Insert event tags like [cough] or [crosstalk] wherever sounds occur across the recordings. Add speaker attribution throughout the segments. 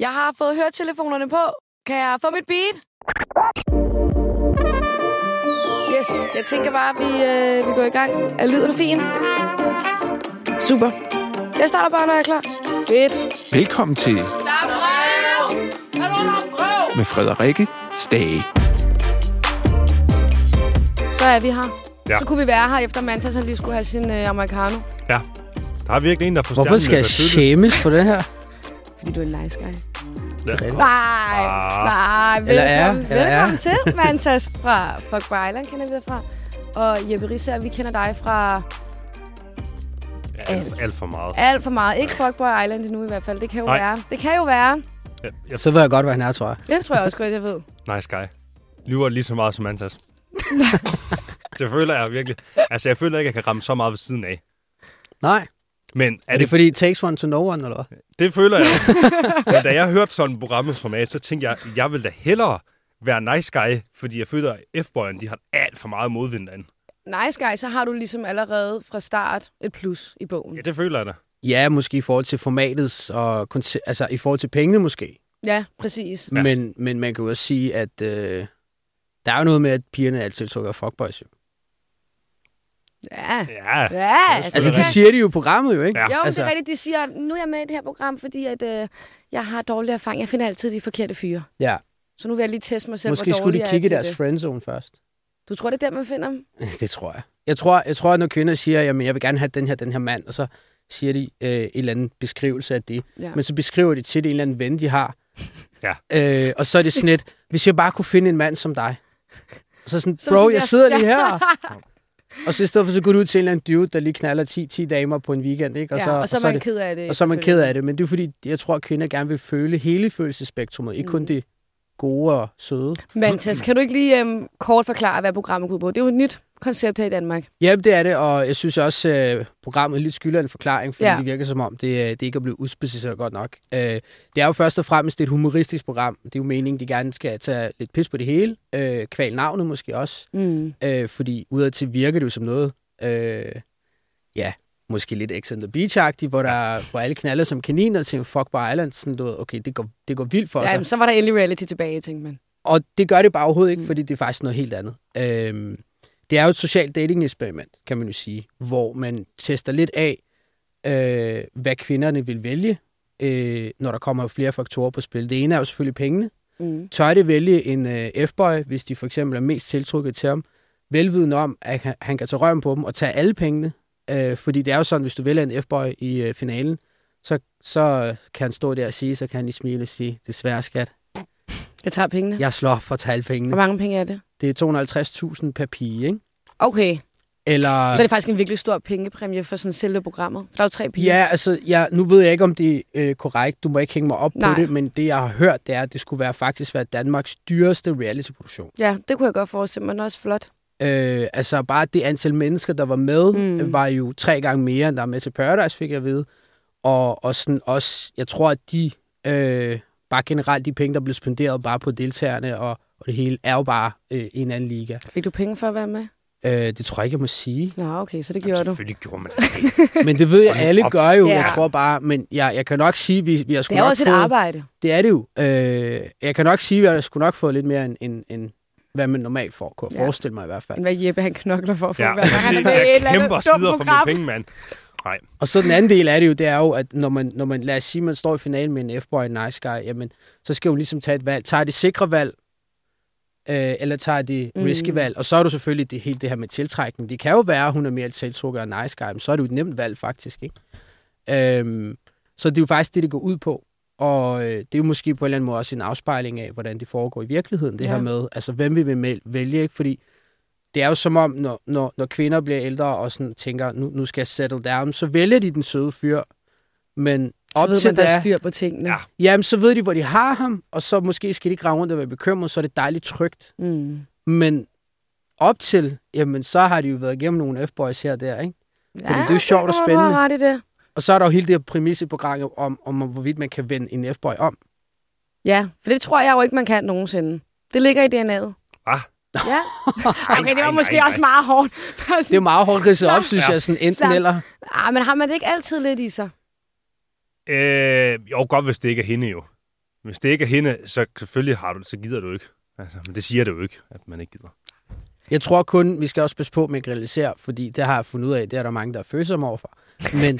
Speaker 1: Jeg har fået høretelefonerne på. Kan jeg få mit beat? Yes, jeg tænker bare, at vi, øh, vi går i gang. Er lyden fin? Super. Jeg starter bare, når jeg er klar. Fedt.
Speaker 2: Velkommen til
Speaker 1: Der er brev!
Speaker 2: med Frederikke Stage.
Speaker 1: Så er vi her.
Speaker 3: Ja.
Speaker 1: Så kunne vi være her efter Mantas, han lige skulle have sin øh, americano.
Speaker 3: Ja. Der er virkelig en, der får
Speaker 4: Hvorfor skal jeg
Speaker 3: stjerneløbet
Speaker 4: shames for det
Speaker 3: [laughs]
Speaker 4: her?
Speaker 1: Fordi du er en nice guy.
Speaker 3: af
Speaker 1: Nej,
Speaker 3: tydeligt.
Speaker 1: nej. Velkommen,
Speaker 4: Eller er, eller er.
Speaker 1: velkommen til, Mantas fra Fuck Bar Island, kender vi dig fra. Og Jeppe Risser, vi kender dig fra
Speaker 3: Ja, alt, alt for meget.
Speaker 1: alt for meget. Ikke Fuck Bar Island endnu i hvert fald. Det kan jo
Speaker 3: Nej.
Speaker 1: være. Det kan jo være.
Speaker 3: Jeg, jeg,
Speaker 4: Så ved jeg godt, hvad han er, tror jeg.
Speaker 1: Det tror jeg også godt, jeg ved.
Speaker 3: nice guy. Lyver lige så meget som
Speaker 4: [laughs]
Speaker 3: Antas. det føler jeg virkelig. Altså, jeg føler ikke, jeg kan ramme så meget ved siden af.
Speaker 4: Nej.
Speaker 3: Men er,
Speaker 4: Er det fordi, it takes one to know one, eller hvad?
Speaker 3: det føler
Speaker 4: [laughs]
Speaker 3: jeg. Men da jeg hørte sådan et programmet så tænkte jeg, jeg vil da hellere være nice guy, fordi jeg føler, at F-boyen, de har alt for meget modvind derinde.
Speaker 1: Nice guy, så har du ligesom allerede fra start et plus i bogen.
Speaker 3: Ja, det føler jeg da.
Speaker 4: Ja, måske i forhold til formatets, og konce- altså i forhold til pengene måske.
Speaker 1: Ja, præcis.
Speaker 4: Ja. Men, men man kan jo også sige, at øh, der er jo noget med, at pigerne altid sukker fuckboys. Jo.
Speaker 1: Ja.
Speaker 3: Ja,
Speaker 1: Ja,
Speaker 4: Altså,
Speaker 3: er
Speaker 4: det
Speaker 3: rigtigt.
Speaker 4: siger de jo i programmet, jo, ikke?
Speaker 3: Ja.
Speaker 1: Jo, men altså...
Speaker 4: altså-
Speaker 1: det er rigtigt. De siger, nu er jeg med i det her program, fordi at, øh, jeg har dårlig erfaring. Jeg finder altid de forkerte fyre.
Speaker 4: ja.
Speaker 1: Så nu vil jeg lige teste mig selv,
Speaker 4: Måske
Speaker 1: hvor
Speaker 4: skulle
Speaker 1: dårlig
Speaker 4: de
Speaker 1: jeg
Speaker 4: kigge i
Speaker 1: er til
Speaker 4: deres
Speaker 1: det.
Speaker 4: friendzone først. [laughs]
Speaker 1: Du tror, det er der, man finder dem?
Speaker 4: Det tror jeg. Jeg tror, jeg tror at når kvinder siger, jamen, jeg vil gerne have den her, den her mand, og så siger de øh, en eller anden beskrivelse af det.
Speaker 1: Ja.
Speaker 4: Men så beskriver de tit en eller anden ven, de
Speaker 1: [laughs]
Speaker 4: har.
Speaker 3: Ja.
Speaker 4: Øh, og så er det sådan lidt, hvis jeg bare kunne finde en mand som dig. Og så sådan,
Speaker 1: Som
Speaker 4: bro,
Speaker 1: sådan
Speaker 4: jeg
Speaker 1: der-
Speaker 4: sidder lige
Speaker 1: [laughs]
Speaker 4: her. og så i stedet for, så går du ud til en eller anden dude, der lige knaller 10, 10 damer på en weekend, ikke?
Speaker 1: Og så, ja, og så, er man ked af det.
Speaker 4: det, og så er man ked af det. Men det er fordi, jeg tror, at kvinder gerne vil føle hele følelsespektrummet, ikke
Speaker 1: Mm.
Speaker 4: kun det gode og søde.
Speaker 1: Mantas, kan du ikke lige øhm, kort forklare, hvad programmet går ud på? Det er jo et nyt koncept her i Danmark.
Speaker 4: Ja, det er det, og jeg synes også, øh, programmet lidt skylder en forklaring, fordi
Speaker 1: Ja.
Speaker 4: ja. det virker som om, det, øh, det ikke er blevet udspecificeret godt nok. Øh, det er jo først og fremmest et humoristisk program. Det er jo meningen, de gerne skal tage lidt pis på det hele. Øh, kval navnet måske også,
Speaker 1: Mm.
Speaker 4: øh, fordi udadtil virker det jo som noget, øh, ja, måske lidt Ex on the beach hvor, der, hvor alle knaller som kaniner til Fuck Bar Island. Sådan, du ved, okay, det går, det går vildt for os.
Speaker 1: Ja, jamen, så var der endelig reality tilbage, tænkte man.
Speaker 4: Og det gør det bare overhovedet ikke, fordi det er faktisk noget helt andet. Øhm, det er jo et socialt dating-eksperiment, kan man jo sige, hvor man tester lidt af, øh, hvad kvinderne vil vælge, øh, når der kommer flere faktorer på spil. Det ene er jo selvfølgelig pengene.
Speaker 1: Mm.
Speaker 4: Tør de vælge en øh, F-boy, hvis de for eksempel er mest tiltrukket til ham, velvidende om, at han- han kan tage røven på dem og tage alle pengene. Øh, fordi det er jo sådan, hvis du vælger en F-boy i øh, finalen, så, så øh, kan han stå der og sige, så kan han lige smile og sige, desværre skat,
Speaker 1: Jeg tager pengene. Ja.
Speaker 4: jeg slår for at tage alle pengene
Speaker 1: Hvor mange penge er det?
Speaker 4: det er 250.000 per pige, ikke?
Speaker 1: Okay,
Speaker 4: Eller...
Speaker 1: så er det faktisk en virkelig stor pengepræmie for sådan selve programmet. For der er jo tre piger.
Speaker 4: Ja, altså, ja, nu ved jeg ikke, om det er øh, korrekt. Du må ikke hænge mig op
Speaker 1: Nej.
Speaker 4: på det, men det, jeg har hørt, det er, at det skulle være faktisk være Danmarks dyreste reality-produktion.
Speaker 1: ja, det kunne jeg godt forestille mig. Den er også flot.
Speaker 4: Øh, altså, bare det antal mennesker, der var med,
Speaker 1: Mm.
Speaker 4: mm. var jo tre gange mere, end der er med til Paradise, fik jeg at vide. Og, og sådan også, jeg tror, at de... Øh, bare generelt de penge, der blev spenderet bare på deltagerne og, og det hele, er jo bare øh, i en anden liga.
Speaker 1: Fik du penge for at være med?
Speaker 4: Øh, det tror jeg ikke, jeg må sige.
Speaker 1: Nå, okay, så det gjorde du.
Speaker 3: Selvfølgelig gjorde man det.
Speaker 4: Men det ved jeg,
Speaker 3: Hold nu
Speaker 4: alle
Speaker 3: op.
Speaker 4: gør jo.
Speaker 1: Ja.
Speaker 4: Ja. Jeg tror bare, men jeg, jeg kan nok sige, vi, vi har sgu
Speaker 1: Det er
Speaker 4: nok
Speaker 1: også et
Speaker 4: fået,
Speaker 1: arbejde.
Speaker 4: Det er det jo. Øh, jeg kan nok sige, at jeg skulle nok fået lidt mere end, end, end hvad man normalt får, kunne jeg
Speaker 1: Ja.
Speaker 4: forestille mig i hvert fald.
Speaker 1: Men hvad Jeppe, han knokler for at få
Speaker 3: Ja,
Speaker 1: ja, hver gang, han er
Speaker 3: præcis.
Speaker 1: med i et
Speaker 3: jeg
Speaker 1: eller andet
Speaker 3: kæmper
Speaker 1: dumt
Speaker 3: sider for
Speaker 1: program.
Speaker 3: mine penge, mand. Nej,
Speaker 4: Og så den anden del af det jo, det er jo, at når man, når man lad os sige, man står i finalen med en F-boy og en nice guy, jamen, så skal hun ligesom tage et valg. Tager det sikre valg, øh, eller tager det
Speaker 1: Mm.
Speaker 4: risky valg? Og så er du selvfølgelig det, hele det her med tiltrækning. Det kan jo være, at hun er mere tiltrukket af en nice guy, men så er det jo et nemt valg faktisk, ikke? Øhm, så det er jo faktisk det, det går ud på. Og øh, det er jo måske på en eller anden måde også en afspejling af, hvordan det foregår i virkeligheden, det
Speaker 1: Ja.
Speaker 4: ja. her med, altså hvem vil vi mel- vælge, ikke? Fordi det er jo som om, når, når, når kvinder bliver ældre og sådan tænker, nu, nu skal jeg settle down, så vælger de den søde fyr, men
Speaker 1: Så
Speaker 4: op
Speaker 1: ved man,
Speaker 4: til
Speaker 1: der er
Speaker 4: da,
Speaker 1: styr på tingene.
Speaker 3: Ja.
Speaker 4: jamen så ved de, hvor de har ham, og så måske skal de ikke rende rundt og være bekymret, så er det dejligt trygt.
Speaker 1: Mm.
Speaker 4: Men op til, jamen så har de jo været igennem nogle F-boys her og der, ikke? Fordi det er jo sjovt og
Speaker 1: tror jeg, Du
Speaker 4: spændende.
Speaker 1: har ret i det. Og
Speaker 4: Og så er der jo hele det her præmis i programmet om, om, hvorvidt man kan vende en F-boy om.
Speaker 1: Ja, for det tror jeg jo ikke, man kan nogensinde. Det ligger i DNA'et.
Speaker 3: Hvad?
Speaker 1: Ja. Okay, det var
Speaker 3: nej,
Speaker 1: måske
Speaker 3: nej, nej.
Speaker 1: også meget hårdt.
Speaker 4: Det er jo meget hårdt ridset op, synes
Speaker 3: Ja.
Speaker 4: jeg, sådan enten
Speaker 1: Slap.
Speaker 4: eller.
Speaker 1: Ah, men har man det ikke altid lidt i sig?
Speaker 3: Øh, jo, godt hvis det ikke er hende jo. Hvis det ikke er hende, så selvfølgelig har du, så gider du ikke. Altså, men det siger du jo ikke, at man ikke gider.
Speaker 4: Jeg tror kun, vi skal også passe på med at grillisere, fordi det har jeg fundet ud af, det er der mange, der er følsomme overfor. Men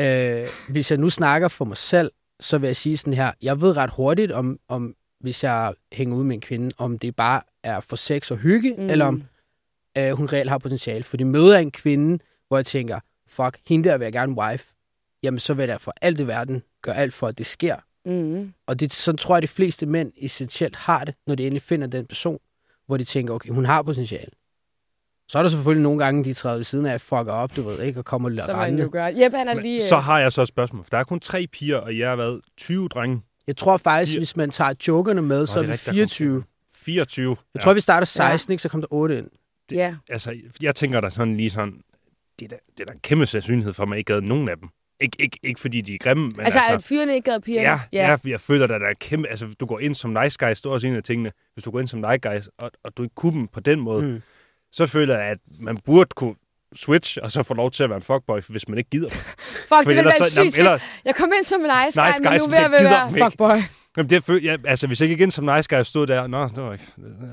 Speaker 4: øh, hvis jeg nu snakker for mig selv, så vil jeg sige sådan her, jeg ved ret hurtigt, om, om hvis jeg hænger ud med en kvinde, om det bare er for sex og hygge, mm. eller om øh, hun reelt har potentiale. Fordi møder jeg en kvinde, hvor jeg tænker, fuck, hende der vil jeg gerne wife, jamen så vil jeg for alt i verden gøre alt for, at det sker.
Speaker 1: Mm.
Speaker 4: Og det, sådan tror jeg, de fleste mænd essentielt har det, når de endelig finder den person, hvor de tænker, okay, hun har potentiale. Så er der selvfølgelig nogle gange, de træder ved siden af, at fucker op, du ved, ikke, og kommer lidt
Speaker 1: Så må han jo
Speaker 4: rendende.
Speaker 1: gøre. Jeppe, han er lige... øh,
Speaker 3: Men,
Speaker 4: øh,
Speaker 3: så har jeg så et spørgsmål. For der er kun tre piger, og jeg har været 20 drenge.
Speaker 4: Jeg tror faktisk,
Speaker 3: Ja.
Speaker 4: hvis man tager jokerne med, så
Speaker 3: Nå,
Speaker 4: er
Speaker 3: det er
Speaker 4: vi
Speaker 3: rigtigt, der kom
Speaker 4: 24.
Speaker 3: 24.
Speaker 4: Jeg tror, vi starter 16, ikke, så kom der 8 ind.
Speaker 1: øh, Ja.
Speaker 3: altså, jeg tænker da sådan lige sådan, det er da, det er da en kæmpe sandsynlighed for, at man ikke havde nogen af dem. Ikke, ikke, ikke fordi de er grimme, men
Speaker 1: Altså,
Speaker 3: altså...
Speaker 1: at fyrene ikke gad pigerne.
Speaker 3: ja, ja. jeg føler da, der er kæmpe... Altså, du går ind som nice guy, står også en af tingene. Hvis du går ind som nice guy, og, og du ikke kunne dem på den måde,
Speaker 4: Mm.
Speaker 3: mm. så føler jeg, at man burde kunne switch, og så få lov til at være en fuckboy, hvis man ikke gider. dem.
Speaker 1: Fuck, det
Speaker 3: For
Speaker 1: ville
Speaker 3: ellers
Speaker 1: være
Speaker 3: så-
Speaker 1: sygt.
Speaker 3: jamen,
Speaker 1: Eller... Jeg kom ind som en nice,
Speaker 3: Nice
Speaker 1: guy, men
Speaker 3: guy,
Speaker 1: nu
Speaker 3: som
Speaker 1: vil jeg
Speaker 3: jeg
Speaker 1: vel
Speaker 3: gider
Speaker 1: være
Speaker 3: dem ikke.
Speaker 1: fuckboy.
Speaker 3: Jamen, det føler, ja, altså, hvis jeg gik ind som nice guy, og stod der, nå, det var ikke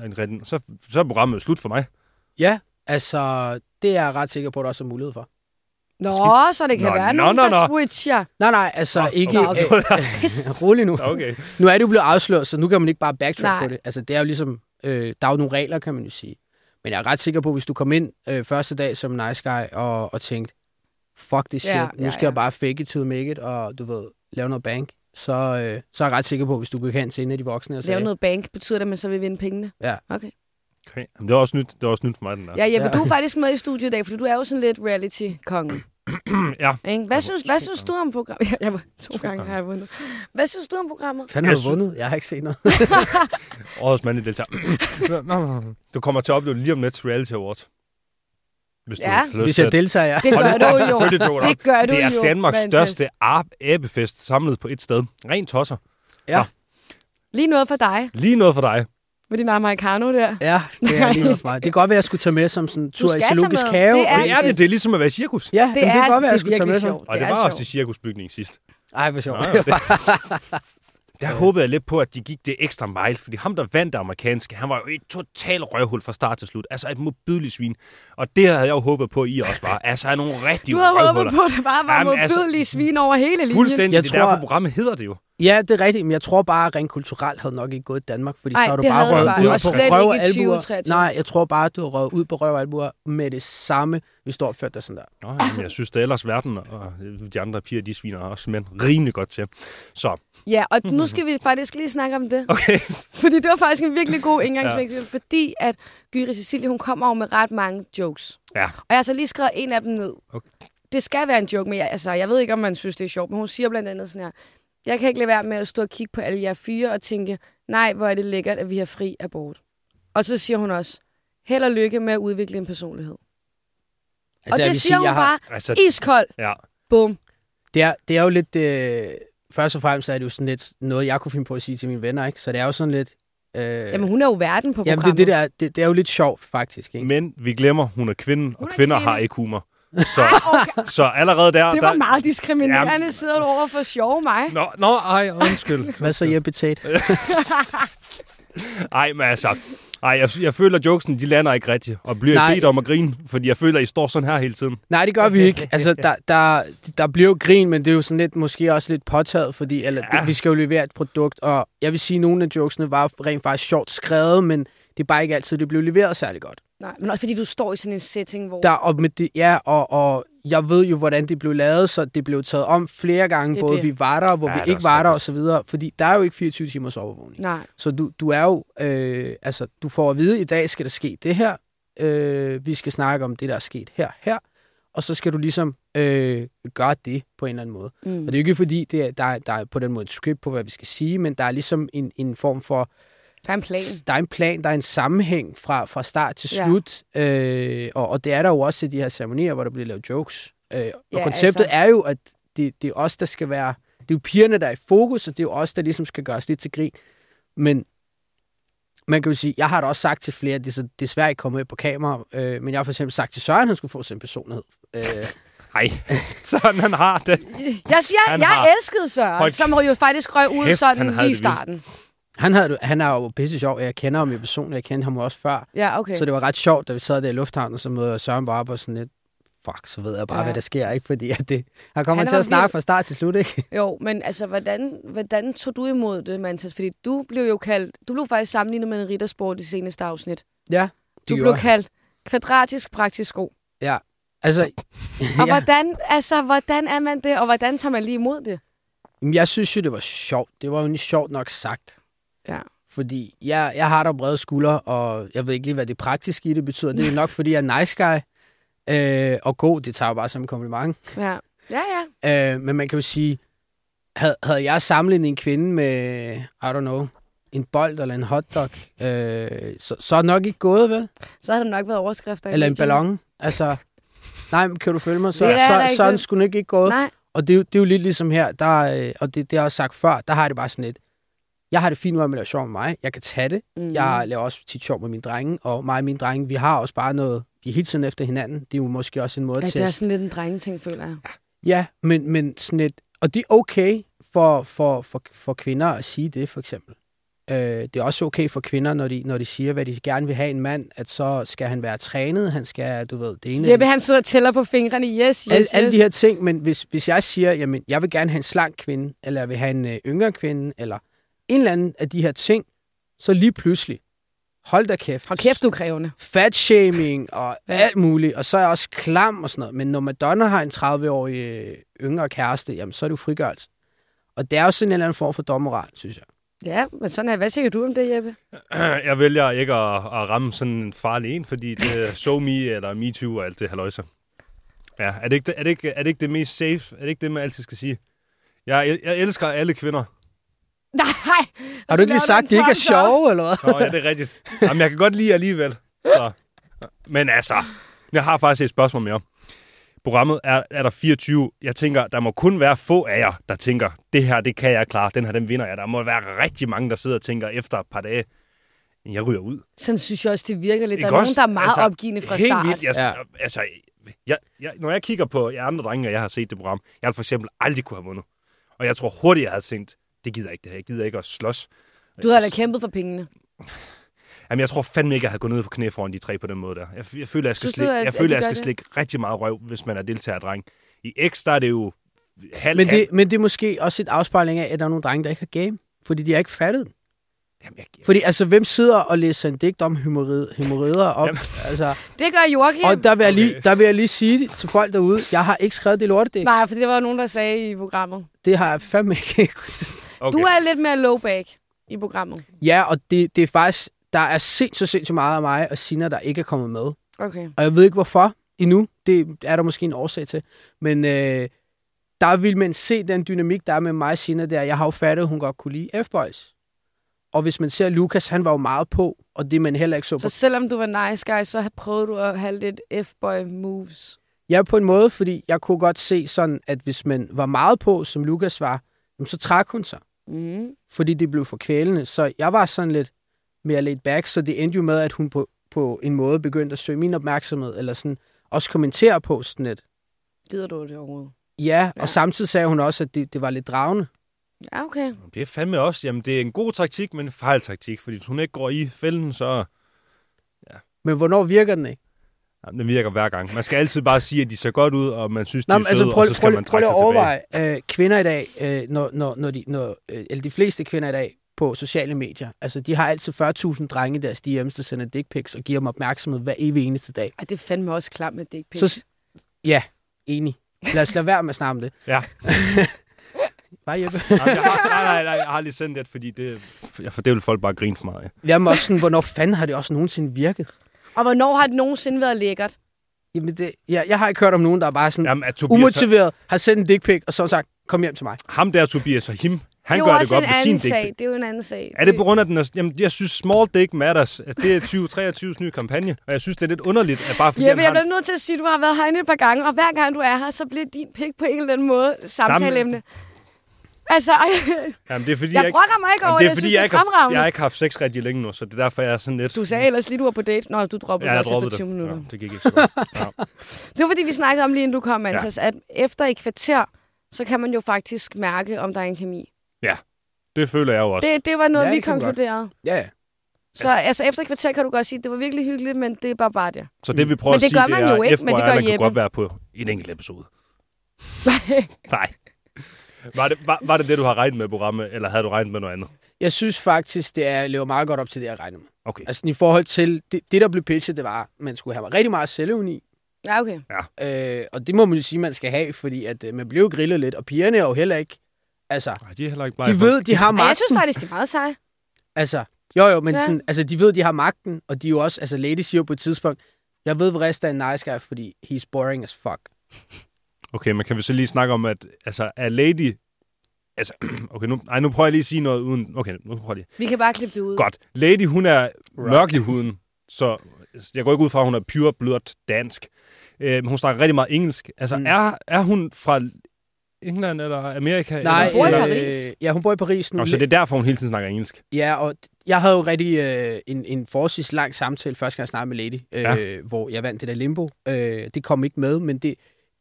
Speaker 3: en rigtig... Så, så er programmet jo slut for mig.
Speaker 4: Ja, altså, det er jeg ret sikker på, at der også er mulighed for.
Speaker 1: Nå, så det kan
Speaker 3: Nå,
Speaker 1: være
Speaker 3: nå,
Speaker 1: nogen,
Speaker 3: nå,
Speaker 1: der
Speaker 3: nå.
Speaker 1: switcher.
Speaker 4: Nej, nej, altså
Speaker 3: Nå,
Speaker 4: ikke...
Speaker 1: okay.
Speaker 3: [laughs]
Speaker 4: Øh, øh, rolig nu.
Speaker 3: Okay.
Speaker 4: Nu er det jo blevet afsløret, så nu kan man ikke bare backtrack
Speaker 1: Nej.
Speaker 4: på det. Altså, det er jo ligesom... Øh, der er jo nogle regler, kan man jo sige. Men jeg er ret sikker på, hvis du kom ind øh, første dag som nice guy og, og tænkte, fuck det shit,
Speaker 1: Ja,
Speaker 4: ja,
Speaker 1: ja,
Speaker 4: nu skal
Speaker 1: ja.
Speaker 4: jeg bare fake it to make it, og du ved, lave noget bank, så, øh, så er jeg ret sikker på, hvis du gik hen til en af de voksne og
Speaker 1: Lave
Speaker 4: sagde,
Speaker 1: noget bank, betyder det, at man så vil vinde pengene?
Speaker 4: Ja.
Speaker 1: Okay.
Speaker 3: okay. Jamen, det var også nyt, det var også nyt for mig, den der.
Speaker 1: Ja, Jeppe,
Speaker 4: Ja.
Speaker 1: du er faktisk med i studiet i dag, fordi du er jo sådan lidt reality-kongen.
Speaker 3: [clears throat] ja.
Speaker 1: Ikke? Hvad, synes, hvad synes du om [laughs] programmet? Jeg, jeg var to,
Speaker 3: To
Speaker 1: gange
Speaker 3: gange.
Speaker 1: har jeg vundet. Hvad synes du om programmet?
Speaker 4: fanden har
Speaker 3: Jeg
Speaker 4: du vundet? Jeg har ikke set noget.
Speaker 3: Årets mandlige deltager. Nå, nå, nå. du kommer til at opleve lige om lidt Reality Award. Hvis
Speaker 1: Ja.
Speaker 3: har lyst
Speaker 4: Hvis
Speaker 3: til
Speaker 4: jeg
Speaker 3: at-
Speaker 4: deltager, ja.
Speaker 1: Det
Speaker 3: Hold
Speaker 1: gør
Speaker 3: det
Speaker 1: du
Speaker 3: op,
Speaker 1: jo.
Speaker 3: selvfølgelig dukker det
Speaker 1: Det
Speaker 3: op.
Speaker 1: gør du
Speaker 3: Det
Speaker 1: jo.
Speaker 3: er Danmarks
Speaker 1: Vandfest.
Speaker 3: største ab- æbefest samlet på et sted. Ren tosser.
Speaker 1: Lige noget for dig,
Speaker 3: Lige noget for dig.
Speaker 1: med din americano der.
Speaker 4: Ja, det er lige noget for mig. Det kan godt være, at jeg skulle tage med som sådan en tur i
Speaker 1: skal tage
Speaker 4: zoologisk
Speaker 1: med.
Speaker 4: have.
Speaker 1: Det er-
Speaker 3: Det er det. Det er ligesom at være i cirkus.
Speaker 4: Ja,
Speaker 1: Det
Speaker 4: det, det
Speaker 1: er-
Speaker 4: kan godt være, at
Speaker 1: det er
Speaker 4: jeg skulle tage med
Speaker 1: virkelig
Speaker 4: som...
Speaker 1: sjovt.
Speaker 3: Og
Speaker 1: Det
Speaker 3: det,
Speaker 1: er
Speaker 3: var
Speaker 1: sjovt.
Speaker 3: også i cirkusbygningen
Speaker 1: [laughs]
Speaker 3: sidst.
Speaker 4: Ej, hvor sjovt.
Speaker 3: Nå, Ah, ja, det- Der håbede jeg lidt på, at de gik det ekstra mile, fordi ham, der vandt det amerikanske, han var jo et totalt røvhul fra start til slut. Altså et modbydeligt svin. Og det havde jeg jo håbet på, at I også var. Altså er nogle rigtige
Speaker 1: Du har
Speaker 3: røvhuller.
Speaker 1: håbet på, at det bare var
Speaker 3: Jamen, altså,
Speaker 1: modbydelige svin over hele linjen.
Speaker 3: Fuldstændig.
Speaker 4: Jeg
Speaker 3: det er
Speaker 4: tror-
Speaker 3: derfor, programmet hedder det jo.
Speaker 4: Ja, det er rigtigt, men jeg tror bare, at rent kulturelt havde nok ikke gået i Danmark, fordi
Speaker 1: Ej,
Speaker 4: så har du
Speaker 1: det havde
Speaker 4: bare
Speaker 1: det
Speaker 4: røvet
Speaker 1: bare.
Speaker 4: ud
Speaker 3: Og
Speaker 4: på
Speaker 1: slet ikke
Speaker 4: røv og
Speaker 1: i
Speaker 4: albuer.
Speaker 1: 2023.
Speaker 4: Nej, jeg tror bare, at du har røvet ud på røv og albuer med det samme, hvis du opførte dig sådan der. Altså,
Speaker 3: Nå, jamen, jeg synes, det er ellers verden, og de andre piger, de sviner også mænd rimelig godt til. Så,
Speaker 1: Ja, og nu skal vi faktisk lige snakke om det. [laughs]
Speaker 3: okay.
Speaker 1: Fordi det var faktisk en virkelig god indgangsvinkel, ja. fordi at Gyri Cecilie, hun kommer over med ret mange jokes.
Speaker 3: Ja,
Speaker 1: Og jeg har så lige skrevet en af dem ned.
Speaker 3: Okay.
Speaker 1: Det skal være en joke, men jeg, altså, jeg ved ikke, om man synes, det er sjovt, men hun siger blandt andet sådan her, jeg kan ikke lade være med at stå og kigge på alle jer fyre og tænke, nej, hvor er det lækkert, at vi har fri abort. Og så siger hun også, held og lykke med at udvikle en personlighed. Altså, og
Speaker 4: jeg
Speaker 1: det
Speaker 4: vil
Speaker 1: siger hun
Speaker 4: jeg har-
Speaker 1: bare
Speaker 3: altså,
Speaker 1: iskold.
Speaker 3: ja.
Speaker 1: Bum.
Speaker 4: Øh. Det er, det er jo lidt... Øh, først og fremmest er det jo sådan lidt noget, jeg kunne finde på at sige til mine venner, ikke? Så det er jo sådan lidt... Øh,
Speaker 1: Jamen, hun er jo verden på
Speaker 4: jamen
Speaker 1: programmet.
Speaker 4: det, er det, der, det, det er jo lidt sjovt, faktisk. Ikke?
Speaker 3: Men vi glemmer, hun er kvinde, og
Speaker 1: Hun er
Speaker 3: kvinder
Speaker 1: kvinde.
Speaker 3: har ikke humor. Så, så allerede der...
Speaker 1: det var
Speaker 3: der
Speaker 1: meget diskriminerende,
Speaker 3: Jamen-
Speaker 1: sidder du over for sjov mig.
Speaker 3: Nå, nå, ej, undskyld.
Speaker 4: Hvad så, Jeppe Tate?
Speaker 3: Ej, men altså... Ej, jeg, jeg føler, at jokesen, de lander ikke rigtigt, og bliver
Speaker 4: Nej.
Speaker 3: Nej. bedt om at grine, fordi jeg føler, at I står sådan her hele tiden.
Speaker 4: Nej, det gør vi ikke. Altså, der, der, der bliver jo grin, men det er jo sådan lidt, måske også lidt påtaget, fordi eller, ja.
Speaker 3: Ja.
Speaker 4: det, vi skal jo levere et produkt, og jeg vil sige, at nogle af jokesene var rent faktisk sjovt skrevet, men det er bare ikke altid, det blev leveret særlig godt.
Speaker 1: Nej, men også fordi du står i sådan en setting, hvor...
Speaker 4: Der, og, med det, ja, og, og jeg ved jo, hvordan det blev lavet, så det blev taget om flere gange,
Speaker 1: Det er
Speaker 4: både
Speaker 1: det.
Speaker 4: vi var der, og hvor
Speaker 3: Ja,
Speaker 4: ja,
Speaker 3: det
Speaker 4: vi
Speaker 3: er
Speaker 4: ikke
Speaker 3: også
Speaker 4: var der,
Speaker 3: rigtigt.
Speaker 4: og så videre, fordi der er jo ikke 24 timers overvågning.
Speaker 1: Nej.
Speaker 4: Så du, du er jo, øh, altså, du får at vide, i dag skal der ske det her, øh, vi skal snakke om det, der er sket her, her, og så skal du ligesom øh, gøre det på en eller anden måde.
Speaker 1: Mm.
Speaker 4: Og det er jo ikke fordi, det er, der, er, der er på den måde et script på, hvad vi skal sige, men der er ligesom en, en form for,
Speaker 1: Der er en plan.
Speaker 4: der er en plan, der er en sammenhæng fra, fra start til
Speaker 1: Ja.
Speaker 4: slut, øh, og, og det er der jo også i de her ceremonier, hvor der bliver lavet jokes. Øh, og
Speaker 1: Ja,
Speaker 4: ja, konceptet
Speaker 1: altså.
Speaker 4: altså. er jo, at det, det er os, der skal være, det er jo pigerne, der er i fokus, og det er jo os, der ligesom skal gøres lidt til grin. Men man kan jo sige, jeg har da også sagt til flere, at det så desværre ikke kommet med på kamera, øh, men jeg har for eksempel sagt til Søren, at han skulle få sin personlighed. Øh,
Speaker 3: Ej, [laughs] sådan han har
Speaker 1: Jeg,
Speaker 3: det.
Speaker 1: sku- jeg,
Speaker 3: Han
Speaker 1: jeg
Speaker 3: har-
Speaker 1: elskede Søren,
Speaker 3: Hold
Speaker 1: som jo faktisk røg ud
Speaker 3: kæft, han
Speaker 1: sådan
Speaker 3: havde
Speaker 1: lige i
Speaker 3: det vildt.
Speaker 1: starten.
Speaker 4: Han, havde, han er jo pisse sjov. Jeg kender ham jo personligt. Jeg kendte ham jo også før.
Speaker 1: Ja, okay.
Speaker 4: Så det var ret sjovt, da vi sad der i lufthavnen, så møder Søren bare op og sådan lidt, fuck, så ved jeg bare,
Speaker 1: Ja.
Speaker 4: ja. hvad der sker, ikke? Fordi at det, han kommer
Speaker 1: Han
Speaker 4: til
Speaker 1: var
Speaker 4: at snakke
Speaker 1: vild.
Speaker 4: fra start til
Speaker 1: [laughs]
Speaker 4: slut, ikke?
Speaker 1: Jo, men altså, hvordan, hvordan tog du imod det, Mantas? Fordi du blev jo kaldt... Du blev faktisk sammenlignet med en riddersport i seneste afsnit.
Speaker 4: Ja,
Speaker 1: Du blev kaldt kvadratisk praktisk god.
Speaker 4: Altså,
Speaker 1: Og
Speaker 4: [laughs] Ja.
Speaker 1: hvordan, altså, hvordan er man det, og hvordan tager man lige imod det?
Speaker 4: jamen, jeg synes jo, det var sjovt. Det var jo egentlig sjovt nok sagt.
Speaker 1: Ja.
Speaker 4: Fordi jeg, jeg har da brede skuldre, og jeg ved ikke lige, hvad det praktiske i det betyder. Det er jo nok, fordi jeg er nice guy. Øh, og god, det tager jeg bare som en kompliment.
Speaker 1: Ja, ja. ja.
Speaker 4: Øh, men man kan jo sige, havde, havde jeg sammenlignet en kvinde med, I don't know, en bold eller en hotdog, øh, så, så er det nok ikke gået, vel?
Speaker 1: Så har der nok været overskrifter. i
Speaker 4: Eller en
Speaker 1: medierne.
Speaker 4: ballon. Altså, nej, men kan du følge mig? Så,
Speaker 1: Det
Speaker 4: ja,
Speaker 1: er der
Speaker 4: så,
Speaker 1: ikke.
Speaker 4: så er den sgu nok ikke gået.
Speaker 1: Nej,
Speaker 4: Og det, er jo- det er jo lidt ligesom her, der, øh, og det, det har jeg også sagt før, der har jeg det bare sådan lidt, jeg har det fint med, at man laver sjov med mig. Jeg kan tage det.
Speaker 1: Mhm.
Speaker 4: Mm. Jeg laver også tit sjov med mine drenge, og mig og mine drenge, vi har også bare noget, vi er hele tiden efter hinanden. Det er jo måske også en måde
Speaker 1: ja,
Speaker 4: til
Speaker 1: det er sådan lidt en drengeting, føler jeg.
Speaker 4: Ja, men, men sådan et, og det er okay for, for, for, for kvinder at sige det, for eksempel. Øh, det er også okay for kvinder, når de, når de siger, hvad de gerne vil have en mand, at så skal han være trænet, han skal, du ved, det ene...
Speaker 1: Jeppe, han sidder og tæller på fingrene. Yes, yes,
Speaker 4: alle,
Speaker 1: yes.
Speaker 4: alle de her ting, men hvis, hvis jeg siger, jamen, jeg vil gerne have en slank kvinde, eller jeg vil have en øh, yngre kvinde, eller en eller anden af de her ting, så lige pludselig, hold da kæft.
Speaker 1: Hold kæft, du er krævende.
Speaker 4: Fatshaming og alt muligt, og så er jeg også klam og sådan noget. Men når Madonna har en 30-årig øh, yngre kæreste, jamen, så er det jo frigørelse. Og det er jo sådan en eller anden form for dommoral, synes jeg.
Speaker 1: Ja, men sådan er Hvad tænker du om det, Jeppe?
Speaker 3: Jeg vælger ikke at, at ramme sådan en farlig en, fordi det er so me eller me too og alt det haløjse. Ja, er det, ikke det, er, det ikke, er det ikke det mest safe? Er det ikke det, man altid skal sige? Jeg, el- jeg elsker alle kvinder.
Speaker 1: Nej!
Speaker 4: Har
Speaker 1: Og
Speaker 4: du
Speaker 1: så
Speaker 4: ikke lige
Speaker 1: laver en
Speaker 4: sagt, at de ikke er
Speaker 1: thumbs up.
Speaker 4: sjove, eller hvad?
Speaker 3: Nå, ja, det er rigtigt. Jamen, jeg kan godt lide alligevel. Så. Men altså, jeg har faktisk et spørgsmål mere. Programmet er, er der 24. Jeg tænker, der må kun være få af jer, der tænker, det her, det kan jeg klare, den her, den vinder jeg. Der må være rigtig mange, der sidder og tænker efter et par dage, jeg ryger ud.
Speaker 1: Sådan synes jeg også, det virker lidt. Der er
Speaker 3: Ikke
Speaker 1: nogen,
Speaker 3: også?
Speaker 1: der er meget
Speaker 3: Altså,
Speaker 1: opgivende fra
Speaker 3: Helt
Speaker 1: start.
Speaker 3: vildt. Jeg, ja.
Speaker 4: Ja.
Speaker 3: altså, jeg, jeg, når jeg kigger på jer andre drenge, og jeg har set det program, jeg havde for eksempel aldrig kunne have vundet. Og jeg tror hurtigt, jeg havde tænkt, det gider jeg ikke det her. Jeg gider ikke at slås.
Speaker 1: Du har da kæmpet for pengene.
Speaker 3: Jamen, jeg tror fandme ikke, at jeg havde gået ned på knæ foran de tre på den måde der. Jeg, jeg føler, jeg skal,
Speaker 1: Synes du,
Speaker 3: slik,
Speaker 1: at-
Speaker 3: jeg,
Speaker 1: at
Speaker 3: føler,
Speaker 1: de
Speaker 3: jeg
Speaker 1: gør
Speaker 3: skal
Speaker 1: det?
Speaker 3: slikke rigtig meget røv, hvis man er deltager-dreng. I X, der er det jo halv,
Speaker 4: Men
Speaker 3: halv.
Speaker 4: det, men det er måske også et afspejling af, at der er nogle drenge, der ikke har game, fordi de har ikke fattet det.
Speaker 3: Jamen, jeg,
Speaker 4: Fordi altså, hvem sidder og læser en digt om hemorrid- hemorrider op?
Speaker 3: Jamen.
Speaker 1: [laughs]
Speaker 4: altså,
Speaker 1: Det gør Joachim.
Speaker 4: og der vil, jeg lige,
Speaker 3: Okay.
Speaker 4: der vil jeg lige sige til folk derude, jeg har ikke skrevet det lortedigt.
Speaker 1: Nej, for det var der nogen, der sagde i programmet.
Speaker 4: Det har jeg fandme ikke.
Speaker 3: okay.
Speaker 1: Du er lidt mere low back i programmet.
Speaker 4: ja, og det, det er faktisk, der er sindssygt, sindssygt meget af mig og Sina, der ikke er kommet med.
Speaker 1: Okay.
Speaker 4: Og jeg ved ikke hvorfor endnu. Det er der måske en årsag til. Men øh, der vil man se den dynamik, der er med mig og Sina der. Jeg har jo fattet, at hun godt kunne lide F-Boys. Og hvis man ser Lukas, han var jo meget på, og det er man heller ikke så på
Speaker 1: Så selvom du var nice guy, så prøvede du at have lidt F-boy moves.
Speaker 4: Ja, på en måde, fordi jeg kunne godt se sådan, at hvis man var meget på, som Lukas var, jamen, så trak hun sig,
Speaker 1: Mm.
Speaker 4: fordi det blev for kvælende. Så jeg var sådan lidt mere laid back, så det endte jo med, at hun på, på en måde begyndte at søge min opmærksomhed, eller sådan også kommentere på sådan lidt.
Speaker 1: Gider du det overhovedet?
Speaker 4: Ja, ja,
Speaker 1: Ja.
Speaker 4: og samtidig sagde hun også, at det, det var lidt dragende.
Speaker 1: Ja, okay.
Speaker 3: Det er fandme også. Jamen, det er en god taktik, men en fejl taktik. Fordi hvis hun ikke går i fælden, så...
Speaker 4: Men hvornår virker den ikke?
Speaker 3: Jamen, den virker hver gang. Man skal altid bare sige, at de ser godt ud, og man synes, de
Speaker 4: Nå,
Speaker 3: er
Speaker 4: men altså,
Speaker 3: søde,
Speaker 4: prøv,
Speaker 3: og så skal
Speaker 4: prøv,
Speaker 3: man
Speaker 4: prøv
Speaker 3: trække
Speaker 4: lige at
Speaker 3: sig tilbage.
Speaker 4: overveje øh, kvinder i dag, øh, når, når, når, de, når øh, eller de fleste kvinder i dag på sociale medier. Altså, de har altid 40.000 drenge i deres DM's, der sender dick pics og giver dem opmærksomhed hver evig eneste dag.
Speaker 1: Ej, det fandt mig også klam med dick pics.
Speaker 4: Så, s- ja, enig. Lad os lade være med at snakke om det.
Speaker 3: Ja.
Speaker 4: [laughs] Bare Jeppe.
Speaker 3: Jamen, jeg har, nej, nej, nej, jeg har lige sendt det, fordi det, jeg- for det vil folk bare grine for meget af.
Speaker 4: Jamen også sådan, hvornår fanden har det også nogensinde virket?
Speaker 1: Og hvornår har det nogensinde været lækkert?
Speaker 4: Jamen, det, ja, jeg har ikke hørt om nogen, der er bare sådan Jamen,
Speaker 3: Jamen, at Tobias,
Speaker 4: umotiveret, har sendt en dick pic, og så sagt, kom hjem til mig.
Speaker 3: ham der Tobias og him, han
Speaker 1: det er
Speaker 3: gør
Speaker 1: jo
Speaker 3: det
Speaker 1: også
Speaker 3: godt
Speaker 1: en
Speaker 3: med sin
Speaker 1: anden
Speaker 3: dick
Speaker 1: sag.
Speaker 3: pic.
Speaker 1: Det er jo en anden sag.
Speaker 3: Er det på grund af den? er- Jamen, jeg synes, Small Dick Matters, at det er [laughs] 2023's nye kampagne, og jeg synes, det er lidt underligt, at bare fordi
Speaker 1: Jeppe, jeg
Speaker 3: han har...
Speaker 1: bliver nødt til at sige, at du har været herinde et par gange, og hver gang du er her, så bliver din pik på en eller anden måde samtaleemne. Altså, ej,
Speaker 3: Jamen, det er
Speaker 1: [laughs]
Speaker 3: fordi,
Speaker 1: jeg
Speaker 3: jeg ikke...
Speaker 1: brokker mig ikke over, det
Speaker 3: Jamen, det er
Speaker 1: jeg
Speaker 3: fordi,
Speaker 1: synes, det
Speaker 3: jeg,
Speaker 1: er
Speaker 3: ikke har,
Speaker 1: fremragende.
Speaker 3: jeg har ikke haft sex rigtig længe nu, så det er derfor, jeg er sådan lidt...
Speaker 1: Du sagde ellers lige, du var på date. Nå, du droppede
Speaker 3: ja,
Speaker 1: det
Speaker 3: jeg
Speaker 1: også efter
Speaker 3: droppede det.
Speaker 1: 20 minutter.
Speaker 3: Ja, det gik ikke så godt. Ja.
Speaker 1: Det var fordi, vi snakkede om lige inden du kom,
Speaker 3: Ja.
Speaker 1: Antas, ja. at efter et kvarter, så kan man jo faktisk mærke, om der er en kemi.
Speaker 3: Det føler jeg jo også.
Speaker 1: Det, det var noget,
Speaker 4: Ja,
Speaker 1: ja, vi
Speaker 4: det kan man godt.
Speaker 1: konkluderede.
Speaker 4: Ja, ja.
Speaker 1: Så altså, efter et kvarter kan du godt sige, at det var virkelig hyggeligt, men det er bare bare det.
Speaker 3: Så det, vi prøver
Speaker 1: Men det
Speaker 3: at sige,
Speaker 1: gør man
Speaker 3: det er,
Speaker 1: jo ikke, men det
Speaker 3: FYI,
Speaker 1: gør
Speaker 3: man kan
Speaker 1: Jeppe.
Speaker 3: godt være på en
Speaker 1: [laughs]
Speaker 3: enkelt episode. Nej. Var det, var, var det det, du har regnet med, programmet, eller havde du regnet med noget andet?
Speaker 4: Jeg synes faktisk, det er, lever meget godt op til det, jeg regner med.
Speaker 3: Okay.
Speaker 4: Altså i forhold til, det, det der blev pitchet, det var, at man skulle have rigtig meget selvevni.
Speaker 1: Ja, okay.
Speaker 4: Øh, og det må man jo sige, man skal have, fordi at, øh, man bliver jo grillet lidt. Og pigerne er jo heller ikke... Altså,
Speaker 3: Nej, de er heller ikke
Speaker 4: de ved, de har
Speaker 1: Ej, jeg
Speaker 4: magten.
Speaker 1: synes faktisk, det er meget sejt.
Speaker 4: Altså, jo jo, men
Speaker 1: Ja.
Speaker 4: ja. sådan, altså, de ved, de har magten, og de er jo også... Altså, Lady siger jo på et tidspunkt, jeg ved, hvor resten er en nice guy, fordi he's boring as fuck.
Speaker 3: Okay, men kan vi så lige snakke om, at altså, er Lady... Altså, [clears throat] okay, nu, ej, nu prøver jeg lige at sige noget uden... Okay, nu prøver jeg lige.
Speaker 1: Vi kan bare klippe det ud.
Speaker 3: Godt. Lady, hun er mørk i huden, så altså, jeg går ikke ud fra, at hun er pure blødt dansk. Øh, men hun snakker rigtig meget engelsk. Altså,
Speaker 4: Mm.
Speaker 3: mm. er, er hun fra England eller Amerika?
Speaker 4: Nej,
Speaker 1: bor i
Speaker 3: eller,
Speaker 1: Paris.
Speaker 4: Øh, ja, hun bor i Paris nu.
Speaker 3: Nå, så det er derfor, hun hele tiden snakker engelsk.
Speaker 4: Ja, og jeg havde jo rigtig øh, en, en forholdsvis lang samtale, første gang jeg snakkede med Lady, øh,
Speaker 3: Ja.
Speaker 4: hvor jeg vandt det der limbo. Øh, det kom ikke med, men det,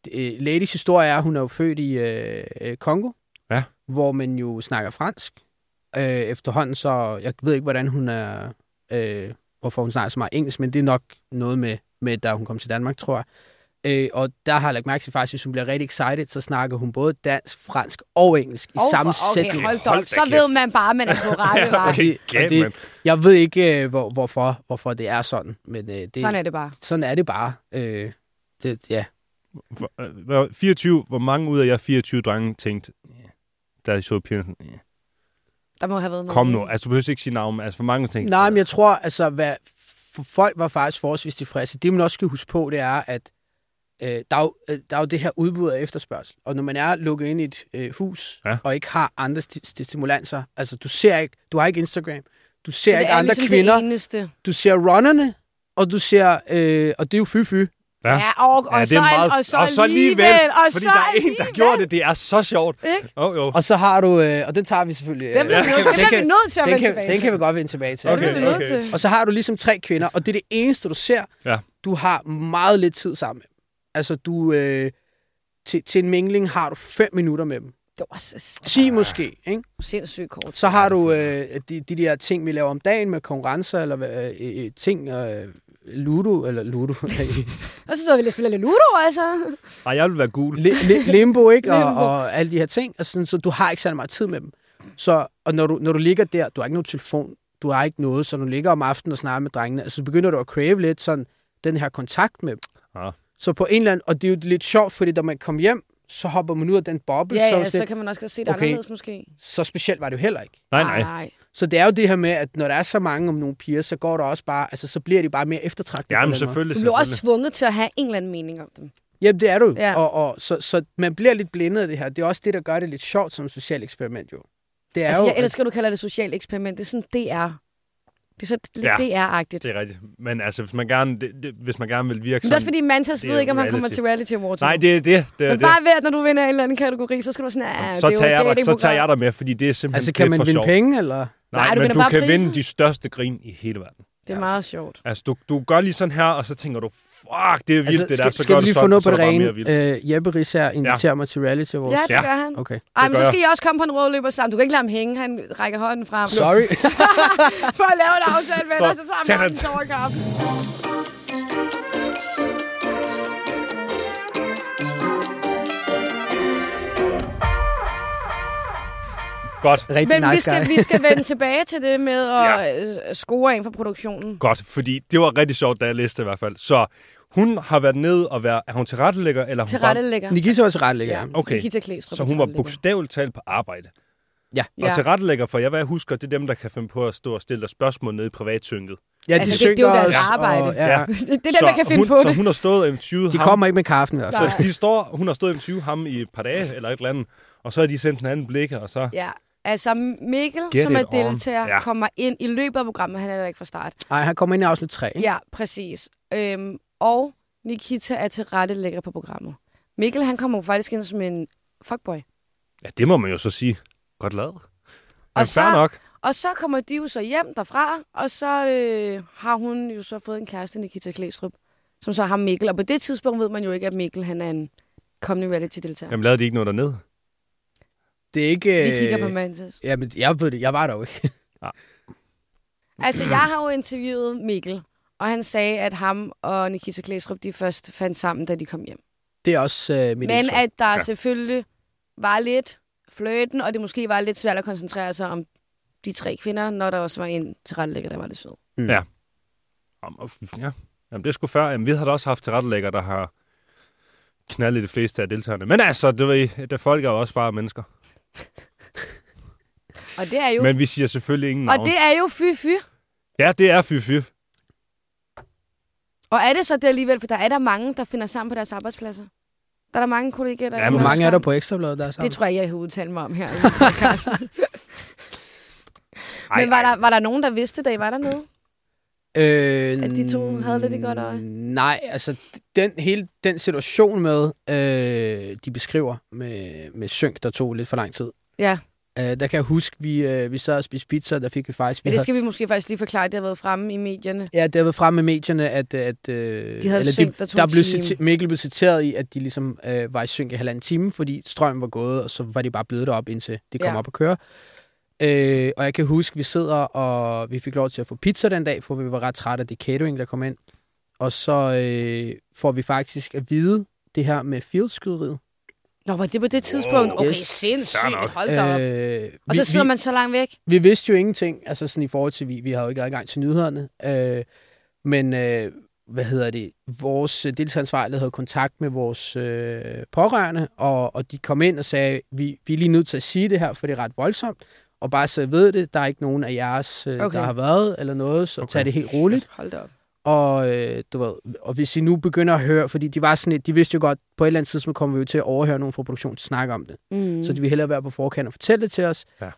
Speaker 4: det, øh, Ladys historie er, at hun er jo født i øh, øh, Kongo,
Speaker 3: Ja.
Speaker 4: hvor man jo snakker fransk. Øh, efterhånden så, jeg ved ikke, hvordan hun er, øh, hvorfor hun snakker så meget engelsk, men det er nok noget med, med da hun kom til Danmark, tror jeg. Øh, og der har jeg lagt mærke til faktisk, hvis hun bliver rigtig excited, så snakker hun både dansk, fransk og engelsk i
Speaker 1: Overfor-
Speaker 4: samme
Speaker 1: okay,
Speaker 4: sætning.
Speaker 1: hold da
Speaker 3: Hold
Speaker 1: op.
Speaker 3: da
Speaker 1: Så
Speaker 3: kæft.
Speaker 1: ved man bare, at man er på
Speaker 3: [laughs]
Speaker 1: rette vej.
Speaker 4: okay.
Speaker 3: Okay,
Speaker 4: det- og det-
Speaker 3: det,
Speaker 4: Jeg ved ikke, øh, hvor, hvorfor, hvorfor det er sådan, men øh, det,
Speaker 1: Sådan er det bare.
Speaker 4: sådan er det bare. Øh, det, ja.
Speaker 3: Hvor- 24, hvor mange ud af jer 24 drenge tænkte, da I så pigerne sådan, "Ja,
Speaker 1: Der må have været noget.
Speaker 3: kom nu, altså du behøver ikke sige navn, men altså hvor mange tænkte,
Speaker 4: Mm. Nej, men jeg tror, altså, hvad, for folk var faktisk forholdsvis tilfredse. Det, man også skal huske på, det er, at øh, der, er jo, øh, der er jo det her udbud og efterspørgsel. Og når man er lukket ind i et øh, hus,
Speaker 3: Ja.
Speaker 4: ja. og ikke har andre sti- sti- stimulanser, altså du ser ikke, du har ikke Instagram, du
Speaker 1: Så
Speaker 4: ser
Speaker 1: det
Speaker 4: ikke
Speaker 1: er
Speaker 4: andre
Speaker 1: ligesom
Speaker 4: kvinder,
Speaker 1: Det eneste.
Speaker 4: du ser runnerne, og du ser, øh, og det er jo fy-fy.
Speaker 3: Ja.
Speaker 1: Ja, og, og,
Speaker 3: Ja, det
Speaker 1: så,
Speaker 3: er meget,
Speaker 1: og, så, alligevel. Og
Speaker 3: fordi
Speaker 1: så
Speaker 3: der er en, der gjorde det, det er så sjovt.
Speaker 1: Ikke?
Speaker 3: Oh, jo.
Speaker 4: Og så har du, øh, og den tager vi selvfølgelig. Øh,
Speaker 1: Den bliver vi nødt- den bliver vi nødt til at
Speaker 4: den
Speaker 1: vende
Speaker 4: kan,
Speaker 1: tilbage
Speaker 4: den
Speaker 1: til.
Speaker 4: kan vi godt vende tilbage til. øh,
Speaker 1: Ja, det
Speaker 3: Okay,
Speaker 1: bliver vi nødt
Speaker 3: okay.
Speaker 1: til.
Speaker 4: Og så har du ligesom tre kvinder, og det er det eneste, du ser.
Speaker 3: Ja.
Speaker 4: Du har meget lidt tid sammen med dem. Altså, du... Øh, til, til en mingling har du 5 minutter med dem.
Speaker 1: Det var så
Speaker 4: 10 måske, ikke?
Speaker 1: sindssygt kort.
Speaker 4: Så har du øh, de, de der ting, vi laver om dagen med konkurrencer, eller hvad, øh, øh, ting, øh, Ludo, eller Ludo, [laughs]
Speaker 1: Og så sidder vi lige og spiller lidt Ludo, altså.
Speaker 3: Ej, jeg vil være gul.
Speaker 4: li, li, Limbo, ikke? Og,
Speaker 1: Limbo.
Speaker 4: og alle de her ting. Altså, sådan, så du har ikke særlig meget tid med dem. Så, og når du, når du ligger der, du har ikke nogen telefon, du har ikke noget, så når du ligger om aftenen og snakker med drengene, altså, så begynder du at crave lidt sådan, den her kontakt med dem.
Speaker 3: Ja.
Speaker 4: Så på en eller anden, og det er jo lidt sjovt, fordi da man kom hjem, så hopper man ud af den boble,
Speaker 1: Ja,
Speaker 4: så,
Speaker 1: ja,
Speaker 4: sådan
Speaker 1: så
Speaker 4: lidt-
Speaker 1: kan man også godt se det
Speaker 4: Okay.
Speaker 1: anderledes, måske.
Speaker 4: så specielt var det jo heller ikke.
Speaker 3: Nej, nej.
Speaker 1: nej.
Speaker 4: Så det er jo det her med, at når der er så mange om nogle piger, så går der også bare, altså så bliver de bare mere eftertragtet. på
Speaker 3: Jamen,
Speaker 4: den måde.
Speaker 3: selvfølgelig,
Speaker 1: Du blev også
Speaker 3: selvfølgelig.
Speaker 1: tvunget til at have en eller anden mening om dem.
Speaker 4: Jamen, det er du.
Speaker 1: Ja.
Speaker 4: Ja. Og, og, så, så man bliver lidt blindet af det her. Det er også det, der gør det lidt sjovt som socialt eksperiment, jo. Det er
Speaker 1: Altså,
Speaker 4: jo,
Speaker 1: jeg elsker, at du kalder det socialt eksperiment. Det er sådan DR. Det er så lidt
Speaker 3: Ja.
Speaker 1: DR-agtigt.
Speaker 3: Det er rigtigt. Men altså, hvis man gerne, det, det, hvis man gerne vil virke
Speaker 1: Men det er også
Speaker 3: sådan...
Speaker 1: fordi, Mantas
Speaker 3: det er
Speaker 1: ved ikke, om han
Speaker 3: reality.
Speaker 1: kommer til reality awards.
Speaker 3: Nej,
Speaker 1: nu.
Speaker 3: det er det. det, er
Speaker 1: Men
Speaker 3: det.
Speaker 1: bare ved, at når du vinder en eller anden kategori, så skal du være sådan, "Ah, ja,
Speaker 3: så, tager jeg dig, så tager jeg dig med, fordi det er simpelthen
Speaker 4: altså, kan
Speaker 3: lidt
Speaker 4: man
Speaker 3: for
Speaker 4: vinde
Speaker 3: sjovt.
Speaker 4: penge, eller?
Speaker 3: Nej,
Speaker 1: Nej, du
Speaker 3: men
Speaker 1: vinder
Speaker 3: du
Speaker 1: bare
Speaker 3: kan
Speaker 1: prisen.
Speaker 3: vinde de største grin i hele verden.
Speaker 1: Det er meget sjovt.
Speaker 3: Altså, du, du gør lige sådan her, og så tænker du, fuck, det er vildt,
Speaker 4: altså,
Speaker 3: det der.
Speaker 4: skal,
Speaker 3: så
Speaker 4: skal
Speaker 3: gør
Speaker 4: vi lige
Speaker 3: du
Speaker 4: få
Speaker 3: sådan,
Speaker 4: noget
Speaker 3: så er
Speaker 4: på det
Speaker 3: der bare mere
Speaker 4: rene?
Speaker 3: vildt.
Speaker 4: Øh, Jeppe Risser inviterer mig til reality awards.
Speaker 1: Ja, det
Speaker 3: Ja.
Speaker 1: gør han.
Speaker 4: Okay.
Speaker 1: Ej, men
Speaker 3: gør
Speaker 1: så
Speaker 3: jeg.
Speaker 1: skal I også komme på en rådløber sammen. Du kan ikke lade ham hænge. Han rækker hånden frem.
Speaker 4: Sorry.
Speaker 1: [laughs] For at lave en aftale med
Speaker 3: Så-
Speaker 1: dig, så tager
Speaker 3: Sæt
Speaker 1: man
Speaker 3: han-
Speaker 1: en sår kaffe.
Speaker 3: Godt,
Speaker 4: [laughs] Rigtig
Speaker 1: Men
Speaker 4: nice
Speaker 1: vi skal,
Speaker 4: guy.
Speaker 1: vi skal vende tilbage til det med [laughs] at øh, score en for produktionen.
Speaker 3: godt, fordi det var rigtig sjovt, da jeg læste det i hvert fald. Så hun har været nede og været... Er hun tilrettelægger, eller er hun
Speaker 1: Til
Speaker 3: bare-
Speaker 1: rettelægger.
Speaker 4: Nikita var til retlægger. Ja.
Speaker 3: Okay.
Speaker 1: Nikita Klæstrup
Speaker 3: Så
Speaker 1: er
Speaker 3: hun var
Speaker 1: tilrettelægger.
Speaker 3: bogstaveligt talt på arbejde. Ja.
Speaker 1: Ja.
Speaker 3: Og tilrettelægger for, jeg, hvad jeg husker, det er dem, der kan finde på at stå og stille dig spørgsmål nede i privatsynket.
Speaker 4: ja, de
Speaker 1: Altså, det- det er jo
Speaker 4: synger
Speaker 1: deres
Speaker 4: os,
Speaker 1: arbejde.
Speaker 4: Og, ja.
Speaker 3: Ja.
Speaker 1: [laughs] Det er dem, der kan finde
Speaker 3: hun,
Speaker 1: på
Speaker 3: Så
Speaker 1: det.
Speaker 3: hun har stået og interviewet
Speaker 4: De
Speaker 3: ham.
Speaker 4: kommer ikke med kaffen i hvert fald.
Speaker 3: Så de står, hun har stået og interviewet ham i et par dage, eller et eller andet, og så har de sendt en anden blik, og så...
Speaker 1: Ja, altså Mikkel,
Speaker 3: Get
Speaker 1: som er
Speaker 3: it on.
Speaker 1: deltager, ja.
Speaker 3: Ja.
Speaker 1: kommer ind i løbet af programmet. Han er der ikke fra start.
Speaker 4: Nej, han kommer ind i afsnit 3. Ikke?
Speaker 1: Ja, præcis. Øhm, og Nikita er til rette lækker på programmet. Mikkel, han kommer jo faktisk ind som en fuckboy.
Speaker 3: Ja, det må man jo så sige. Godt lavet.
Speaker 1: Og
Speaker 3: Men
Speaker 1: så-
Speaker 3: fair nok.
Speaker 1: Og så kommer de jo så hjem derfra, og så øh, har hun jo så fået en kæreste, Nikita Klæstrup, som så har Mikkel. Og på det tidspunkt ved man jo ikke, at Mikkel han er en kommende reality-deltager.
Speaker 3: Jamen, lavede de ikke noget dernede?
Speaker 4: Det er ikke...
Speaker 1: Vi
Speaker 4: øh,
Speaker 1: kigger på Mantis.
Speaker 4: Jamen, jeg, ved det, jeg var der jo ikke.
Speaker 1: Altså, jeg har jo interviewet Mikkel, og han sagde, at ham og Nikita Klæstrup, de først fandt sammen, da de kom hjem.
Speaker 4: Det er også øh, mit
Speaker 1: Men
Speaker 4: indtryk.
Speaker 1: at der ja. selvfølgelig var lidt fløten, og det måske var lidt svært at koncentrere sig om de tre kvinder, når der også var en tilrettelægger, der var lidt sød.
Speaker 3: Jamen, uff, ja. Jamen, det er sgu før. Jamen, vi har da også haft tilrettelægger, der har knaldet de fleste af deltagerne. Men altså, det ved, I, der folk er jo også bare mennesker.
Speaker 1: Og det er jo,
Speaker 3: Jo. Men vi siger selvfølgelig ingen
Speaker 1: og
Speaker 3: navn.
Speaker 1: det er jo fy-fy.
Speaker 3: Ja, det er fy fy.
Speaker 1: Og er det så det alligevel, for der er der mange, der finder sammen på deres arbejdspladser? Der er der mange kollegaer, der
Speaker 3: Ja,
Speaker 1: finder
Speaker 3: men
Speaker 4: Hvor mange er der
Speaker 1: sammen.
Speaker 4: på Ekstrabladet, der er sammen?
Speaker 1: Det tror jeg, jeg vil udtale mig om her.
Speaker 3: [laughs]
Speaker 1: i podcasten. men var der, var der nogen, der vidste, da I var dernede?
Speaker 4: Øh,
Speaker 1: At de to havde lidt et godt øje?
Speaker 4: Nej, altså den hele den situation med, øh, de beskriver med, med synk, der tog lidt for lang tid.
Speaker 1: Ja.
Speaker 4: Øh, der kan jeg huske, vi, øh, vi sad og spiste pizza, og der fik vi faktisk... Vi
Speaker 1: Men det skal vi måske faktisk lige forklare, det har været fremme i medierne.
Speaker 4: havde, ja, der var fremme med medierne, at... at øh,
Speaker 1: De havde synk, der tog
Speaker 4: der
Speaker 1: en
Speaker 4: blev
Speaker 1: time.
Speaker 4: citi- Mikkel blev citeret i, at de ligesom øh, var i synk i halvanden time, fordi strømmen var gået, og så var de bare blevet derop, indtil det kom
Speaker 1: Ja.
Speaker 4: op at køre. Øh, og jeg kan huske, vi sidder, og vi fik lov til at få pizza den dag, for vi var ret trætte af det catering, der kom ind. Og så øh, får vi faktisk at vide det her med fieldskyderiet.
Speaker 1: Nå, var det på det tidspunkt?
Speaker 3: Wow.
Speaker 1: Okay,
Speaker 4: Yes.
Speaker 1: sindssygt.
Speaker 3: Fair nok.
Speaker 1: Hold da op.
Speaker 4: Øh,
Speaker 1: Og så sidder man så langt væk.
Speaker 4: vi vidste jo ingenting, altså sådan i forhold til, vi, vi havde jo ikke adgang til nyhederne, øh, men øh, hvad hedder det, vores øh, deltageransvarlige havde kontakt med vores øh, pårørende, og, og de kom ind og sagde, vi, vi er lige nødt til at sige det her, for det er ret voldsomt, og bare så I ved det, der er ikke nogen af jeres, øh, okay.
Speaker 1: Okay.
Speaker 4: der har været eller noget, så okay.
Speaker 3: Okay.
Speaker 4: tag det helt roligt.
Speaker 1: Hold da op.
Speaker 4: Og, øh, du ved, og hvis I nu begynder at høre, fordi de var sådan, lidt- de vidste jo godt, på et eller andet tidspunkt kommer vi jo til at overhøre nogen fra produktionen snakke om det.
Speaker 1: Mm.
Speaker 4: Så de ville hellere være på forkant og fortælle det til os.
Speaker 3: Ja.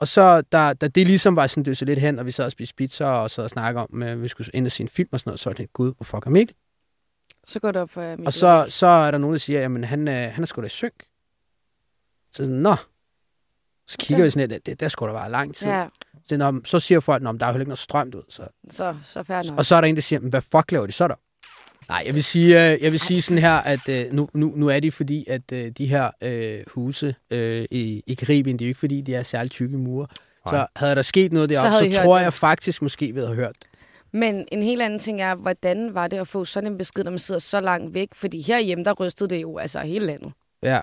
Speaker 4: Og så, da, da det ligesom var sådan døse lidt hen, og vi sad og spiste pizza og sad og snakkede om, at vi skulle ind og se en film og sådan noget, så var det, gud, hvor fuck er Mikkel?
Speaker 1: så går det op for jer, Mikkel.
Speaker 4: Og så, så er der nogen, der siger, jamen han, øh, han er sgu da i synk. Så sådan, nå. Så kigger
Speaker 1: Okay.
Speaker 4: vi sådan lidt, det, der skulle da være lang tid. Ja.
Speaker 1: Ja,
Speaker 4: Så, når, så siger folk, at der er jo heller ikke noget strømt ud. Så.
Speaker 1: så, så færdig nok.
Speaker 4: Og så er der en, der siger, "Men hvad fuck laver de så der? Nej, jeg vil sige, øh, jeg vil sige sådan her, at øh, nu, nu, nu er de fordi, at øh, de her øh, huse øh, i, i Karibien, det er jo ikke fordi, de er særligt tykke mure.
Speaker 3: Nej.
Speaker 4: Så havde der sket noget deroppe,
Speaker 1: havde
Speaker 4: så,
Speaker 1: I
Speaker 4: så
Speaker 1: hørt
Speaker 4: tror
Speaker 1: det.
Speaker 4: jeg faktisk måske, vi havde hørt. det.
Speaker 1: Men en helt anden ting er, hvordan var det at få sådan en besked, når man sidder så langt væk? Fordi herhjemme, der rystede det jo altså hele landet.
Speaker 4: Ja.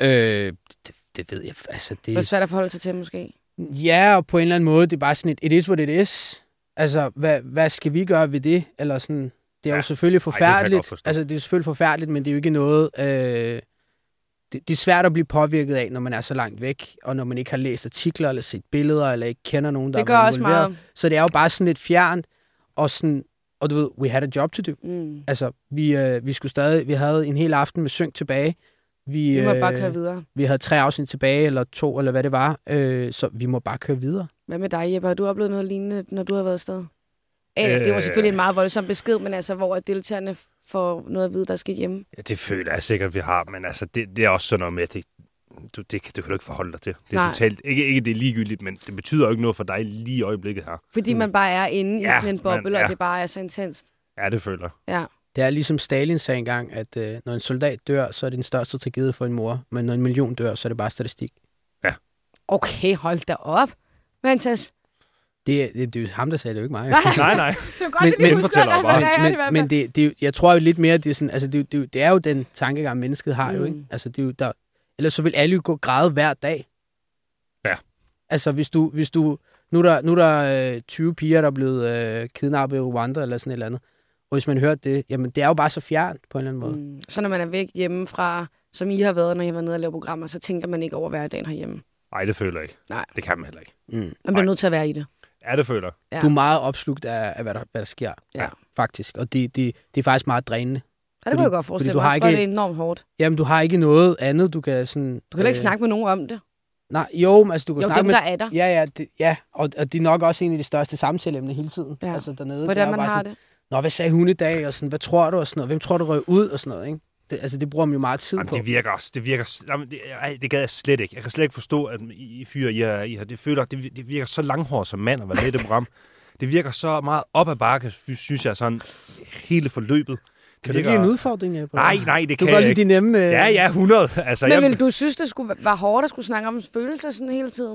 Speaker 4: Øh, det, det ved jeg, altså
Speaker 1: Det
Speaker 4: det...
Speaker 1: var svært at forholde sig til, måske.
Speaker 4: Ja, og på en eller anden måde, det er bare sådan et, it is what it is. Altså, hvad, hvad skal vi gøre ved det? Eller sådan, det er ja. jo
Speaker 3: Ja. det
Speaker 4: selvfølgelig
Speaker 3: kan jeg
Speaker 4: forfærdeligt.
Speaker 3: godt forstå.
Speaker 4: altså, det er selvfølgelig forfærdeligt, men det er jo ikke noget... Øh, det, det er svært at blive påvirket af, når man er så langt væk, og når man ikke har læst artikler, eller set billeder, eller ikke kender nogen, der
Speaker 1: Det
Speaker 4: har
Speaker 1: gør
Speaker 4: været
Speaker 1: også
Speaker 4: involveret.
Speaker 1: meget.
Speaker 4: Så det er jo bare sådan lidt fjernt, og sådan... Og du ved, we had a job to do.
Speaker 1: Mm.
Speaker 4: Altså, vi, øh, vi skulle stadig... Vi havde en hel aften med synk tilbage. Vi, øh,
Speaker 1: Vi må bare køre videre.
Speaker 4: vi havde tre afsnit tilbage, eller to, eller hvad det var. Øh, så vi må bare køre videre.
Speaker 1: Hvad med dig, Jeppe? Har du oplevet noget lignende, når du har været afsted? Eller, det var
Speaker 3: Øh.
Speaker 1: selvfølgelig en meget voldsom besked, men altså, hvor at deltagerne får noget at vide, der er sket hjemme.
Speaker 3: Ja, det føler jeg sikkert, vi har, men altså, det, det er også sådan noget med, at det, du, det, kan- det kan du ikke forholde dig til. Det er
Speaker 1: Nej.
Speaker 3: totalt, ikke, ikke det er ligegyldigt, men det betyder jo ikke noget for dig lige i øjeblikket her.
Speaker 1: Fordi
Speaker 4: Mm.
Speaker 1: man bare er inde i
Speaker 3: Ja,
Speaker 1: sådan en boble,
Speaker 3: men-
Speaker 1: og
Speaker 3: ja.
Speaker 1: det bare er så intenst.
Speaker 3: Ja, det føler jeg.
Speaker 1: Ja.
Speaker 4: Det er ligesom Stalin sagde engang, at øh, når en soldat dør, så er det den største tragedie for en mor, men når en million dør, så er det bare statistik.
Speaker 1: Okay, hold da op. Mantas.
Speaker 4: [laughs] Det, er- det, det er jo ham, der sagde det, det er jo ikke
Speaker 1: [laughs]
Speaker 4: mig.
Speaker 3: Nej, nej.
Speaker 1: Det var godt,
Speaker 4: Men-
Speaker 1: men, lige
Speaker 4: men-
Speaker 1: husker
Speaker 3: fortæller
Speaker 1: at
Speaker 3: bare.
Speaker 1: referere det i
Speaker 4: men,
Speaker 1: hvert
Speaker 4: men,
Speaker 1: fald.
Speaker 4: men det, det, er jo- jeg tror jo lidt mere, det er, sådan, altså, det, er jo- det, er jo- det er jo den tankegang, mennesket har mm. jo.
Speaker 1: Mm.
Speaker 4: Ikke? Altså, det er jo der, ellers så vil alle jo gå og græde hver dag.
Speaker 3: Ja.
Speaker 4: Altså, hvis du... Hvis du nu er der, nu er der øh, 20 piger, der er blevet øh, kidnappet i Rwanda eller sådan et eller andet. Og hvis man hørte det, jamen det er jo bare så fjernt på en eller anden måde.
Speaker 1: Mm. Så når man er væk hjemmefra, som I har været, når I har været nede og lavet programmer, så tænker man ikke over hverdagen herhjemme.
Speaker 3: [laughs] Nej, det føler jeg ikke.
Speaker 1: Nej.
Speaker 3: Det kan man heller ikke.
Speaker 4: Mm.
Speaker 1: Man bliver
Speaker 3: Nej.
Speaker 1: nødt til at være i det.
Speaker 3: Ja, det føler jeg.
Speaker 1: Ja.
Speaker 4: Du er meget opslugt af, af hvad, der, hvad der sker,
Speaker 1: Ja.
Speaker 4: faktisk. Og det, det, det er faktisk meget drænende.
Speaker 1: Og
Speaker 4: Fordi-
Speaker 1: det kunne jeg godt
Speaker 4: fordi
Speaker 1: forestille
Speaker 4: du
Speaker 1: mig.
Speaker 4: har
Speaker 1: Jeg tror,
Speaker 4: ikke-
Speaker 1: det er enormt hårdt.
Speaker 4: Jamen, du har ikke noget andet, du kan sådan... øh,
Speaker 1: Du kan heller ikke snakke med nogen om det.
Speaker 4: Nej, jo, men altså, du kan
Speaker 1: Jo,
Speaker 4: snakke
Speaker 1: dem,
Speaker 4: med...
Speaker 1: der er der.
Speaker 4: Ja, ja, det, ja. Og, og det er nok også en af de største samtaleemner hele tiden.
Speaker 1: Ja.
Speaker 4: Altså dernede. det er
Speaker 1: Hvordan
Speaker 4: jo
Speaker 1: man
Speaker 4: bare
Speaker 1: har
Speaker 4: sådan,
Speaker 1: det.
Speaker 4: Nå, hvad sagde hun i dag? Og sådan, hvad tror du? Og sådan noget. Hvem tror du røg ud? Og sådan noget, ikke? Det, altså, det bruger man jo meget tid
Speaker 3: Jamen,
Speaker 4: på.
Speaker 3: det virker også. Det virker... s- Jamen, det, ej, det gad jeg slet ikke. Jeg kan slet ikke forstå, at I I fyre, I, er, I har, det føler, det, vir- det virker så langhåret som mand at være med i det
Speaker 4: [laughs]
Speaker 3: program. Det virker så meget op ad bakke, sy- synes jeg, sådan hele forløbet. Det
Speaker 4: Kan du ikke
Speaker 3: virker...
Speaker 4: lide en udfordring, Ebbe? Altså,
Speaker 3: Nej, nej, det
Speaker 4: Du
Speaker 3: kan
Speaker 4: kan godt
Speaker 3: jeg
Speaker 4: lide
Speaker 3: ikke.
Speaker 4: de nemme... øh,
Speaker 3: Ja, ja, 100. Altså,
Speaker 1: Men
Speaker 3: jeg,
Speaker 1: ville du synes, det skulle, var hårdt at skulle snakke om følelser sådan hele tiden?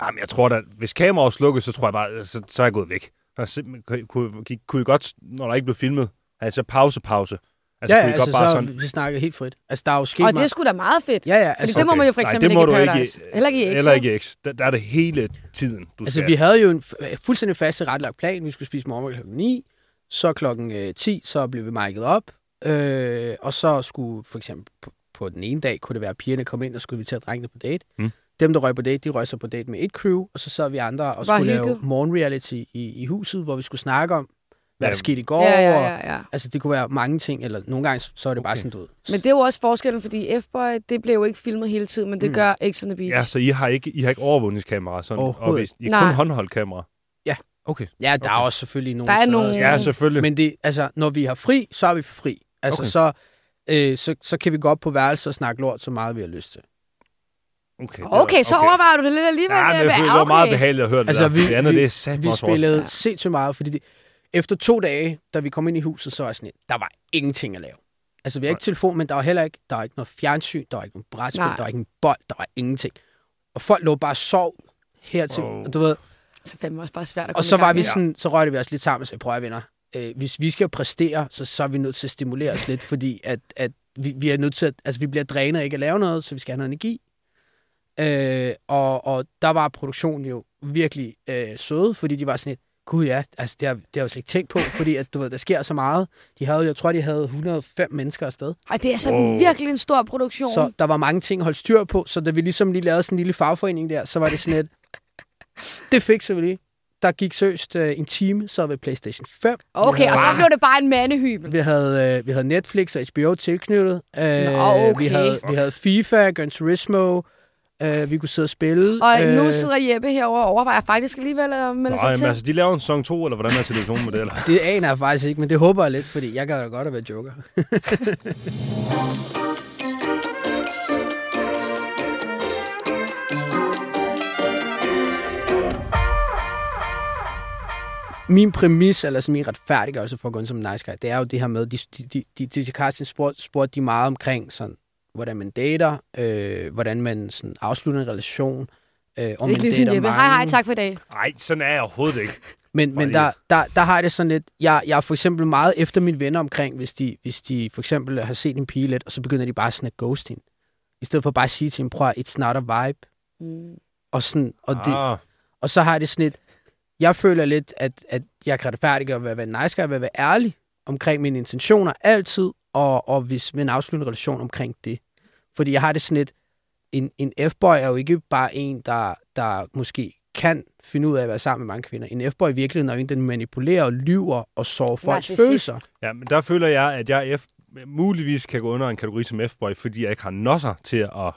Speaker 3: jamen, Ah, jeg tror da, hvis kameraet slukkes, så tror jeg bare, så, så er jeg gået væk. Altså, kunne, kunne, kunne I godt, når der ikke blev filmet, altså pause, pause. Altså,
Speaker 4: ja,
Speaker 3: kunne I
Speaker 4: altså,
Speaker 3: godt bare
Speaker 4: så
Speaker 3: sådan...
Speaker 4: vi snakker helt frit. Altså, der er jo sket
Speaker 1: Og det er
Speaker 4: meget-
Speaker 1: sgu da meget fedt.
Speaker 4: Ja, ja,
Speaker 1: Fordi
Speaker 4: altså,
Speaker 1: det må man jo for eksempel
Speaker 3: nej,
Speaker 1: ikke
Speaker 3: det
Speaker 1: i
Speaker 3: må du
Speaker 1: Paradise. Heller ikke i X.
Speaker 3: Heller ikke i X. Der, der er det hele tiden, du
Speaker 4: altså
Speaker 3: ser.
Speaker 4: vi havde jo en f- fuldstændig fast retlagt plan. Vi skulle spise morgenmad klokken 9, så klokken øh, 10, så blev vi mic'et op, øh, og så skulle for eksempel på, på den ene dag, kunne det være, at pigerne kom ind, og skulle vi tage drengene på date.
Speaker 3: Mm.
Speaker 4: Dem, der røg på date, de røg så på date med et crew, og så sad vi andre og
Speaker 1: Bare
Speaker 4: skulle lave
Speaker 1: hygget.
Speaker 4: morgenreality i, i huset, hvor vi skulle snakke om, hvad der
Speaker 3: Ja.
Speaker 4: skete i går,
Speaker 1: Ja, ja,
Speaker 4: og
Speaker 1: ja, ja.
Speaker 4: Altså, det kunne være mange ting, eller nogle gange, så er det okay. bare
Speaker 3: Okay.
Speaker 4: sådan, du ved.
Speaker 1: Men det er jo også forskellen, fordi F-Boy, det blev jo ikke filmet hele tiden, men det
Speaker 4: Mm.
Speaker 1: gør X on the Beach.
Speaker 3: Ja, så I har ikke, I har ikke overvågningskamera? Sådan,
Speaker 4: Overhovedet
Speaker 3: opvist. I er
Speaker 1: Nej.
Speaker 3: kun håndholdkamera?
Speaker 4: Ja.
Speaker 3: Okay.
Speaker 4: Ja, der okay. er
Speaker 3: Okay.
Speaker 4: også selvfølgelig
Speaker 1: Der
Speaker 4: nogle
Speaker 1: er
Speaker 4: steder. altså,
Speaker 1: nogle-
Speaker 4: sådan
Speaker 3: Ja,
Speaker 1: Mm.
Speaker 3: selvfølgelig. Men,
Speaker 4: Men det, altså, når vi har fri, så er vi fri. Altså, okay.
Speaker 3: Okay.
Speaker 4: så, øh, så, så kan vi gå op på værelset og snakke lort så meget, vi har lyst til.
Speaker 3: okay, det var-
Speaker 1: Okay, så overvejer du det lidt alligevel.
Speaker 3: Ja, men
Speaker 1: Ebbe.
Speaker 3: det, det var
Speaker 1: okay.
Speaker 3: meget behageligt at høre det
Speaker 4: Altså,
Speaker 3: der.
Speaker 4: vi-
Speaker 3: det andet,
Speaker 4: vi-
Speaker 3: det er sat
Speaker 4: Vi spillede ja. sindssygt meget, fordi det, efter to dage, da vi kom ind i huset, så var jeg sådan, lidt, der var ingenting at lave. Altså, vi har ikke telefon, men der var heller ikke, der var ikke noget fjernsyn, der var ikke noget brætspil,
Speaker 1: Nej.
Speaker 4: der var ikke en bold, der var ingenting. Og folk lå bare og sov hertil,
Speaker 3: Wow.
Speaker 4: og du ved,
Speaker 1: Så fandme også bare svært at
Speaker 4: Og
Speaker 1: komme
Speaker 4: så
Speaker 1: i gang
Speaker 4: var vi
Speaker 1: med.
Speaker 4: sådan, så røgte vi også lidt sammen og sagde, prøv at høre, venner, øh, hvis vi skal præstere, så, så er vi nødt til at stimulere os lidt, fordi at, at vi, vi er nødt til at, altså vi bliver drænet af ikke at lave noget, så vi skal have noget energi. Øh, og, og der var produktionen jo virkelig øh, søde, fordi de var sådan lidt, gud ja, altså det har, det har jeg jo slet ikke tænkt på, fordi at, du ved, der sker så meget. De havde, jeg tror, de havde 105 mennesker afsted.
Speaker 1: Ej, det er sådan
Speaker 3: Wow.
Speaker 1: virkelig en stor produktion.
Speaker 4: Så der var mange ting at holde styr på, så da vi ligesom lige lavede sådan en lille fagforening der, så var det sådan lidt, det fikser vi lige. Der gik søst øh, en time, så ved PlayStation 5.
Speaker 1: Okay, og så
Speaker 3: Ah.
Speaker 1: blev det bare en mandehybel.
Speaker 4: Vi havde, øh, vi havde Netflix og HBO tilknyttet. Øh,
Speaker 1: Nå, okay.
Speaker 4: vi, havde, vi havde FIFA, Gran Turismo. Øh, vi kunne sidde og spille. øh,
Speaker 1: Og nu sidder Jeppe herovre og overvejer faktisk alligevel at melde
Speaker 3: Øh. Nej,
Speaker 1: sig
Speaker 3: men
Speaker 1: til.
Speaker 3: altså, de laver en song 2, eller hvordan er situationen med det? Eller?
Speaker 4: Det aner jeg faktisk ikke, men det håber jeg lidt, fordi jeg gad da godt at være joker. min præmis, eller sådan min retfærdiggørelse for at gå ind som en nice guy, det er jo det her med, de, de, de, de til Carsten spurgte, spurgte de meget omkring, sådan, hvordan man dater, øh, hvordan man sådan, afslutter en relation, øh, om man
Speaker 1: Ikke lige sådan
Speaker 4: dater
Speaker 1: Jeppe.
Speaker 4: mange.
Speaker 1: Hej, hej, tak for i dag.
Speaker 3: Nej, sådan er jeg overhovedet ikke.
Speaker 4: Men, men
Speaker 3: lige-
Speaker 4: der, der, der har jeg det sådan lidt, jeg, jeg er for eksempel meget efter mine venner omkring, hvis de, hvis de for eksempel har set en pige lidt, og så begynder de bare sådan at ghoste hende. I stedet for bare at sige til hende, prøv at høre, it's not a vibe.
Speaker 1: Mm.
Speaker 4: Og, sådan, og, det,
Speaker 3: Ah,
Speaker 4: og så har jeg det sådan lidt, jeg føler lidt, at, at jeg kan retfærdiggøre ved at være nice guy, ved at være ærlig omkring mine intentioner altid, og, og hvis vi en afsluttende relation omkring det. Fordi jeg har det sådan lidt, en, en F-boy er jo ikke bare en, der, der måske kan finde ud af at være sammen med mange kvinder. En F-boy i virkeligheden er jo en, den manipulerer og lyver og sover folks
Speaker 1: Narcissist.
Speaker 4: følelser.
Speaker 3: ja, men der føler jeg, at jeg F muligvis kan gå under en kategori som F-boy, fordi jeg ikke har nosser til at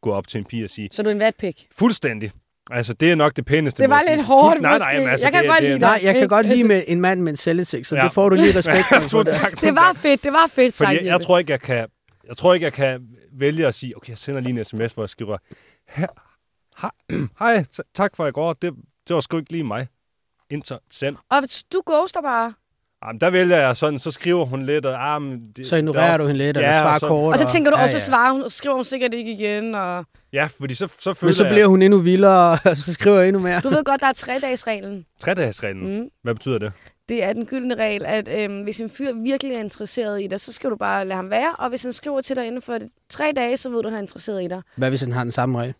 Speaker 3: gå op til en pige og sige,
Speaker 1: Så du er en vatpik.
Speaker 3: fuldstændig. Altså, det er nok det pæneste.
Speaker 1: Det
Speaker 3: måde
Speaker 1: var
Speaker 3: at sige
Speaker 1: lidt
Speaker 3: fuld-
Speaker 1: hårdt,
Speaker 3: Nej, nej,
Speaker 1: måske.
Speaker 3: men altså,
Speaker 1: Jeg kan
Speaker 3: det, er-
Speaker 1: godt
Speaker 3: det, er-
Speaker 1: lide
Speaker 4: Nej, jeg kan godt lide med en mand med en selvindsigt, så ja.
Speaker 3: Ja.
Speaker 4: det får du
Speaker 3: [laughs]
Speaker 4: lige respekt for.
Speaker 3: Tak,
Speaker 4: der.
Speaker 3: tak,
Speaker 1: Det var fedt, det var fedt, sagt
Speaker 3: Fordi jeg, jeg
Speaker 1: Jeppe.
Speaker 3: tror ikke, jeg kan... Jeg tror ikke, jeg kan vælge at sige, okay, jeg sender lige en sms, hvor jeg skriver, "He- hej, t- tak for i går, det, det var sgu ikke lige mig. Inter, send.
Speaker 1: Og du ghoster bare.
Speaker 3: Jamen, der vælger jeg sådan, så skriver hun lidt, og... Ah, men det,
Speaker 4: Så ignorerer
Speaker 3: det er
Speaker 4: du
Speaker 3: også-
Speaker 4: hende lidt, eller
Speaker 3: Ja,
Speaker 4: svarer
Speaker 3: så-
Speaker 4: kort.
Speaker 1: Og så tænker du, og
Speaker 4: Ja,
Speaker 1: så
Speaker 4: ja.
Speaker 1: svarer hun, skriver hun sikkert ikke igen. Og...
Speaker 3: Ja, fordi så, så føler
Speaker 4: Men så bliver
Speaker 3: jeg...
Speaker 4: hun endnu vildere, [laughs] og så skriver jeg endnu mere.
Speaker 1: Du ved godt, der er tredagsreglen.
Speaker 3: Tredagsreglen.
Speaker 1: Mm.
Speaker 3: Hvad betyder det?
Speaker 1: Det er den gyldne regel, at øhm, hvis en fyr virkelig er interesseret i dig, så skal du bare lade ham være. Og hvis han skriver til dig inden for tre dage, så ved du, at han er interesseret i dig.
Speaker 4: Hvad hvis han har den samme regel?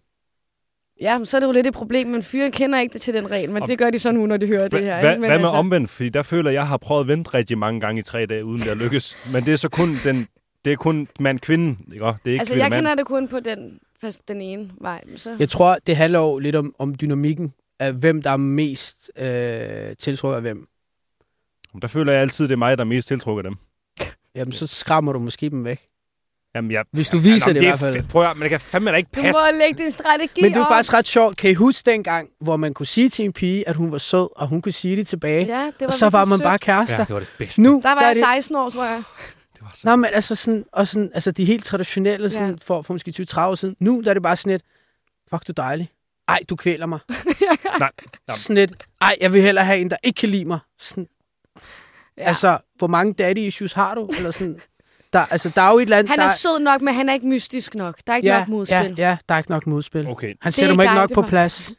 Speaker 1: Ja, men så er det jo lidt et problem, men fyre kender ikke det til den regel, men
Speaker 3: Og-
Speaker 1: det gør de så nu, når de hører det her.
Speaker 3: Hva,
Speaker 1: ikke? Men altså-
Speaker 3: hvad med omvendt? Fordi der føler jeg, jeg har prøvet at vente rigtig mange gange i tre dage, uden det er lykkes. Men det er så kun den... Det er kun mand-kvinde, ikke? Det er ikke
Speaker 1: Altså, jeg
Speaker 3: kvinde-mand.
Speaker 1: kender det kun på den, fast den ene vej. men Så.
Speaker 4: Jeg tror, det handler jo lidt om, om dynamikken af, hvem der er mest øh, tiltrukket af hvem.
Speaker 3: Der føler jeg altid, det er mig, der er mest tiltrukket af dem.
Speaker 4: Jamen, så skræmmer du måske dem væk.
Speaker 3: Jamen, jeg,
Speaker 4: Hvis du viser
Speaker 3: jamen,
Speaker 4: det i hvert fald.
Speaker 3: fedt. Prøv at, høre, men det kan fandme da ikke
Speaker 1: Du
Speaker 3: passe.
Speaker 1: må lægge din strategi
Speaker 4: Men det er jo
Speaker 1: op.
Speaker 4: faktisk ret sjovt. Kan I huske dengang, hvor man kunne sige til en pige, at hun var sød, og hun kunne sige det tilbage?
Speaker 1: Ja, det var
Speaker 4: og så var
Speaker 1: virkelig
Speaker 4: man
Speaker 1: sødt.
Speaker 4: bare kærester.
Speaker 3: det var det bedste.
Speaker 4: Nu,
Speaker 1: Der var
Speaker 4: der er
Speaker 1: jeg
Speaker 4: det,
Speaker 1: 16 år, tror jeg.
Speaker 3: Det var så...
Speaker 4: Nå, men altså, sådan, og sådan, altså de helt traditionelle, sådan,
Speaker 1: Ja.
Speaker 4: for, for måske 20-30 år siden. Nu der er det bare sådan et, fuck, du er dejlig. Ej, du kvæler mig.
Speaker 3: Nej,
Speaker 4: Nå.
Speaker 3: Nå.
Speaker 4: Sådan et, ej, jeg vil hellere have en, der ikke kan lide mig. Sådan, ja.
Speaker 1: Ja.
Speaker 4: Altså, hvor mange daddy issues har du? Eller sådan, der, altså, der er jo et eller andet...
Speaker 1: Han
Speaker 4: der,
Speaker 1: er sød nok, men han er ikke mystisk nok. Der er ikke
Speaker 4: ja,
Speaker 1: nok modspil.
Speaker 4: Ja, ja, der er ikke nok modspil. Okay.
Speaker 3: okay.
Speaker 4: Han
Speaker 1: Det er
Speaker 4: sætter mig ikke
Speaker 1: ikke dig,
Speaker 4: nok
Speaker 1: det
Speaker 4: på
Speaker 1: var-
Speaker 4: plads.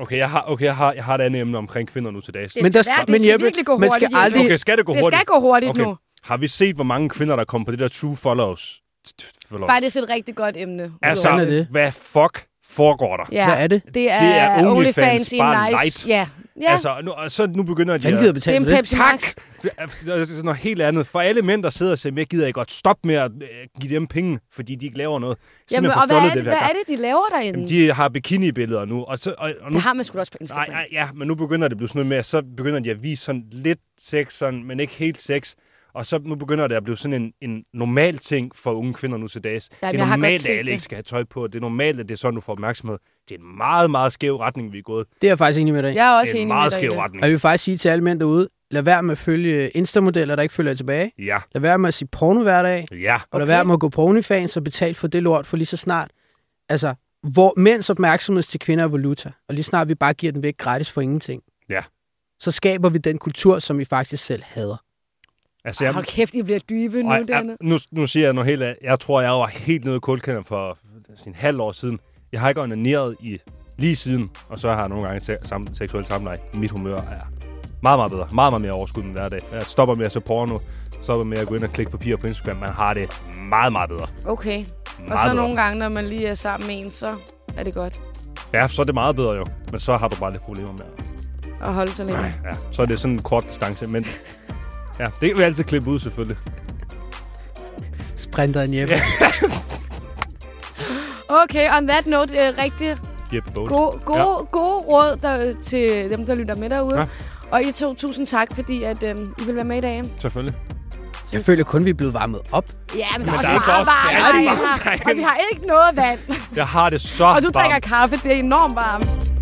Speaker 3: Okay, jeg har, okay, jeg har, jeg har et andet emne omkring kvinder nu til dags.
Speaker 1: Det
Speaker 4: Men
Speaker 1: men
Speaker 4: der-
Speaker 1: der, være, det
Speaker 4: men
Speaker 1: skal
Speaker 4: Jeppe,
Speaker 1: virkelig gå
Speaker 4: man
Speaker 1: hurtigt.
Speaker 4: skal
Speaker 1: Jeppe.
Speaker 4: aldrig-
Speaker 3: Okay, skal det gå
Speaker 1: det
Speaker 3: hurtigt?
Speaker 1: skal gå hurtigt okay. nu.
Speaker 3: Har vi set, hvor mange kvinder, der kom på det der true follows? T- t- follows.
Speaker 1: Faktisk et rigtig godt emne.
Speaker 3: Altså,
Speaker 4: Hvordan er det?
Speaker 3: hvad fuck foregår der?
Speaker 1: ja.
Speaker 4: Hvad er det?
Speaker 1: Det er,
Speaker 3: Det er
Speaker 1: OnlyFans,
Speaker 3: OnlyFans,
Speaker 1: i
Speaker 3: bare
Speaker 1: nice.
Speaker 3: light.
Speaker 1: Ja. ja. Altså,
Speaker 3: Altså, nu, og så nu begynder de
Speaker 4: Fanden gider
Speaker 1: det er
Speaker 4: betale
Speaker 1: en
Speaker 4: for det.
Speaker 1: Pepsi
Speaker 3: Tak!
Speaker 1: Max.
Speaker 3: Det er- det er sådan noget helt andet. For alle mænd, der sidder og siger, "Men jeg gider ikke godt stoppe med at øh, give dem penge, fordi de ikke laver noget.
Speaker 1: Jamen,
Speaker 3: Simpelthen
Speaker 1: og hvad
Speaker 3: forfundet
Speaker 1: er, det,
Speaker 3: der
Speaker 1: hvad
Speaker 3: gang.
Speaker 1: er det, de laver derinde?
Speaker 3: Jamen, de har bikini-billeder nu, og, så, og, og nu
Speaker 1: Det har man sgu da også på
Speaker 3: Nej,
Speaker 1: Instagram.
Speaker 3: nej, ja, men nu begynder det at blive sådan noget med, at så begynder de at vise sådan lidt sex, sådan, men ikke helt sex. Og så nu begynder det at blive sådan en, en normal ting for unge kvinder nu til dags.
Speaker 1: Jamen,
Speaker 3: det
Speaker 1: jeg
Speaker 3: er
Speaker 1: har godt
Speaker 3: normalt,
Speaker 1: set
Speaker 3: at alle
Speaker 1: det.
Speaker 3: ikke skal have tøj på. Det er normalt, at det er sådan, du får opmærksomhed. Det er en meget, meget skæv retning, vi er gået.
Speaker 4: Det er jeg faktisk enig med dig. i.
Speaker 1: Jeg er også
Speaker 3: det er en
Speaker 1: enig
Speaker 3: meget
Speaker 1: med dig. i
Speaker 3: skæv
Speaker 1: det.
Speaker 3: retning.
Speaker 4: Og jeg vil faktisk sige til alle mænd derude, lad være med at følge Insta-modeller, der ikke følger jer tilbage.
Speaker 3: Ja,
Speaker 4: Lad være med at sige porno hver dag.
Speaker 3: ja.
Speaker 4: Og lad
Speaker 1: Okay.
Speaker 4: være med at gå på OnlyFans og betale for det lort for lige så snart. Altså, hvor mænds opmærksomhed til kvinder er valuta. Og lige snart vi bare giver den væk gratis for ingenting.
Speaker 3: Ja.
Speaker 4: Så skaber vi den kultur, som vi faktisk selv hader.
Speaker 3: Altså, jeg,
Speaker 1: Hold kæft, I bliver dybe nu,
Speaker 3: og jeg,
Speaker 1: dernede.
Speaker 3: jeg, nu, nu siger jeg noget helt af. Jeg tror, jeg var helt nede i kuldkælderen for øh, en halv år siden. Jeg har ikke onaneret i lige siden, og så har jeg nogle gange se- sam- seksuel samleje. Mit humør er meget, meget bedre. Meget, meget mere overskud end hver dag. Jeg stopper med at se porno, stopper med at gå ind og klikke papirer på Instagram. Man har det meget, meget bedre.
Speaker 1: Okay.
Speaker 3: Meget
Speaker 1: Og så
Speaker 3: bedre.
Speaker 1: nogle gange, når man lige er sammen med en, så er det godt
Speaker 3: Ja, så er det meget bedre jo. Men så har du bare lidt problemer med at-
Speaker 1: at holde sig lidt.
Speaker 3: Ja, så er det sådan en kort distance. Men ja, det kan vi altid klippe ud selvfølgelig.
Speaker 4: Sprinter en hjemme. Ja.
Speaker 1: Okay, on that note, øh, rigtig
Speaker 3: Jeppe Bones.
Speaker 1: gode, gode, gode råd der, øh, til dem, der lytter med derude.
Speaker 3: Ja.
Speaker 1: Ja. Og I to, tusind tak, fordi at, øh, I vil være med i dag.
Speaker 3: Selvfølgelig.
Speaker 4: Jeg føler kun, vi er blevet varmet op.
Speaker 1: Ja, men, men
Speaker 3: der er altså også rigtig
Speaker 1: varmt
Speaker 3: varmt
Speaker 1: herinde,
Speaker 3: herinde.
Speaker 1: og vi har ikke noget vand.
Speaker 3: Jeg har det så
Speaker 1: Og du
Speaker 3: varmt.
Speaker 1: drikker kaffe, det er enormt varmt.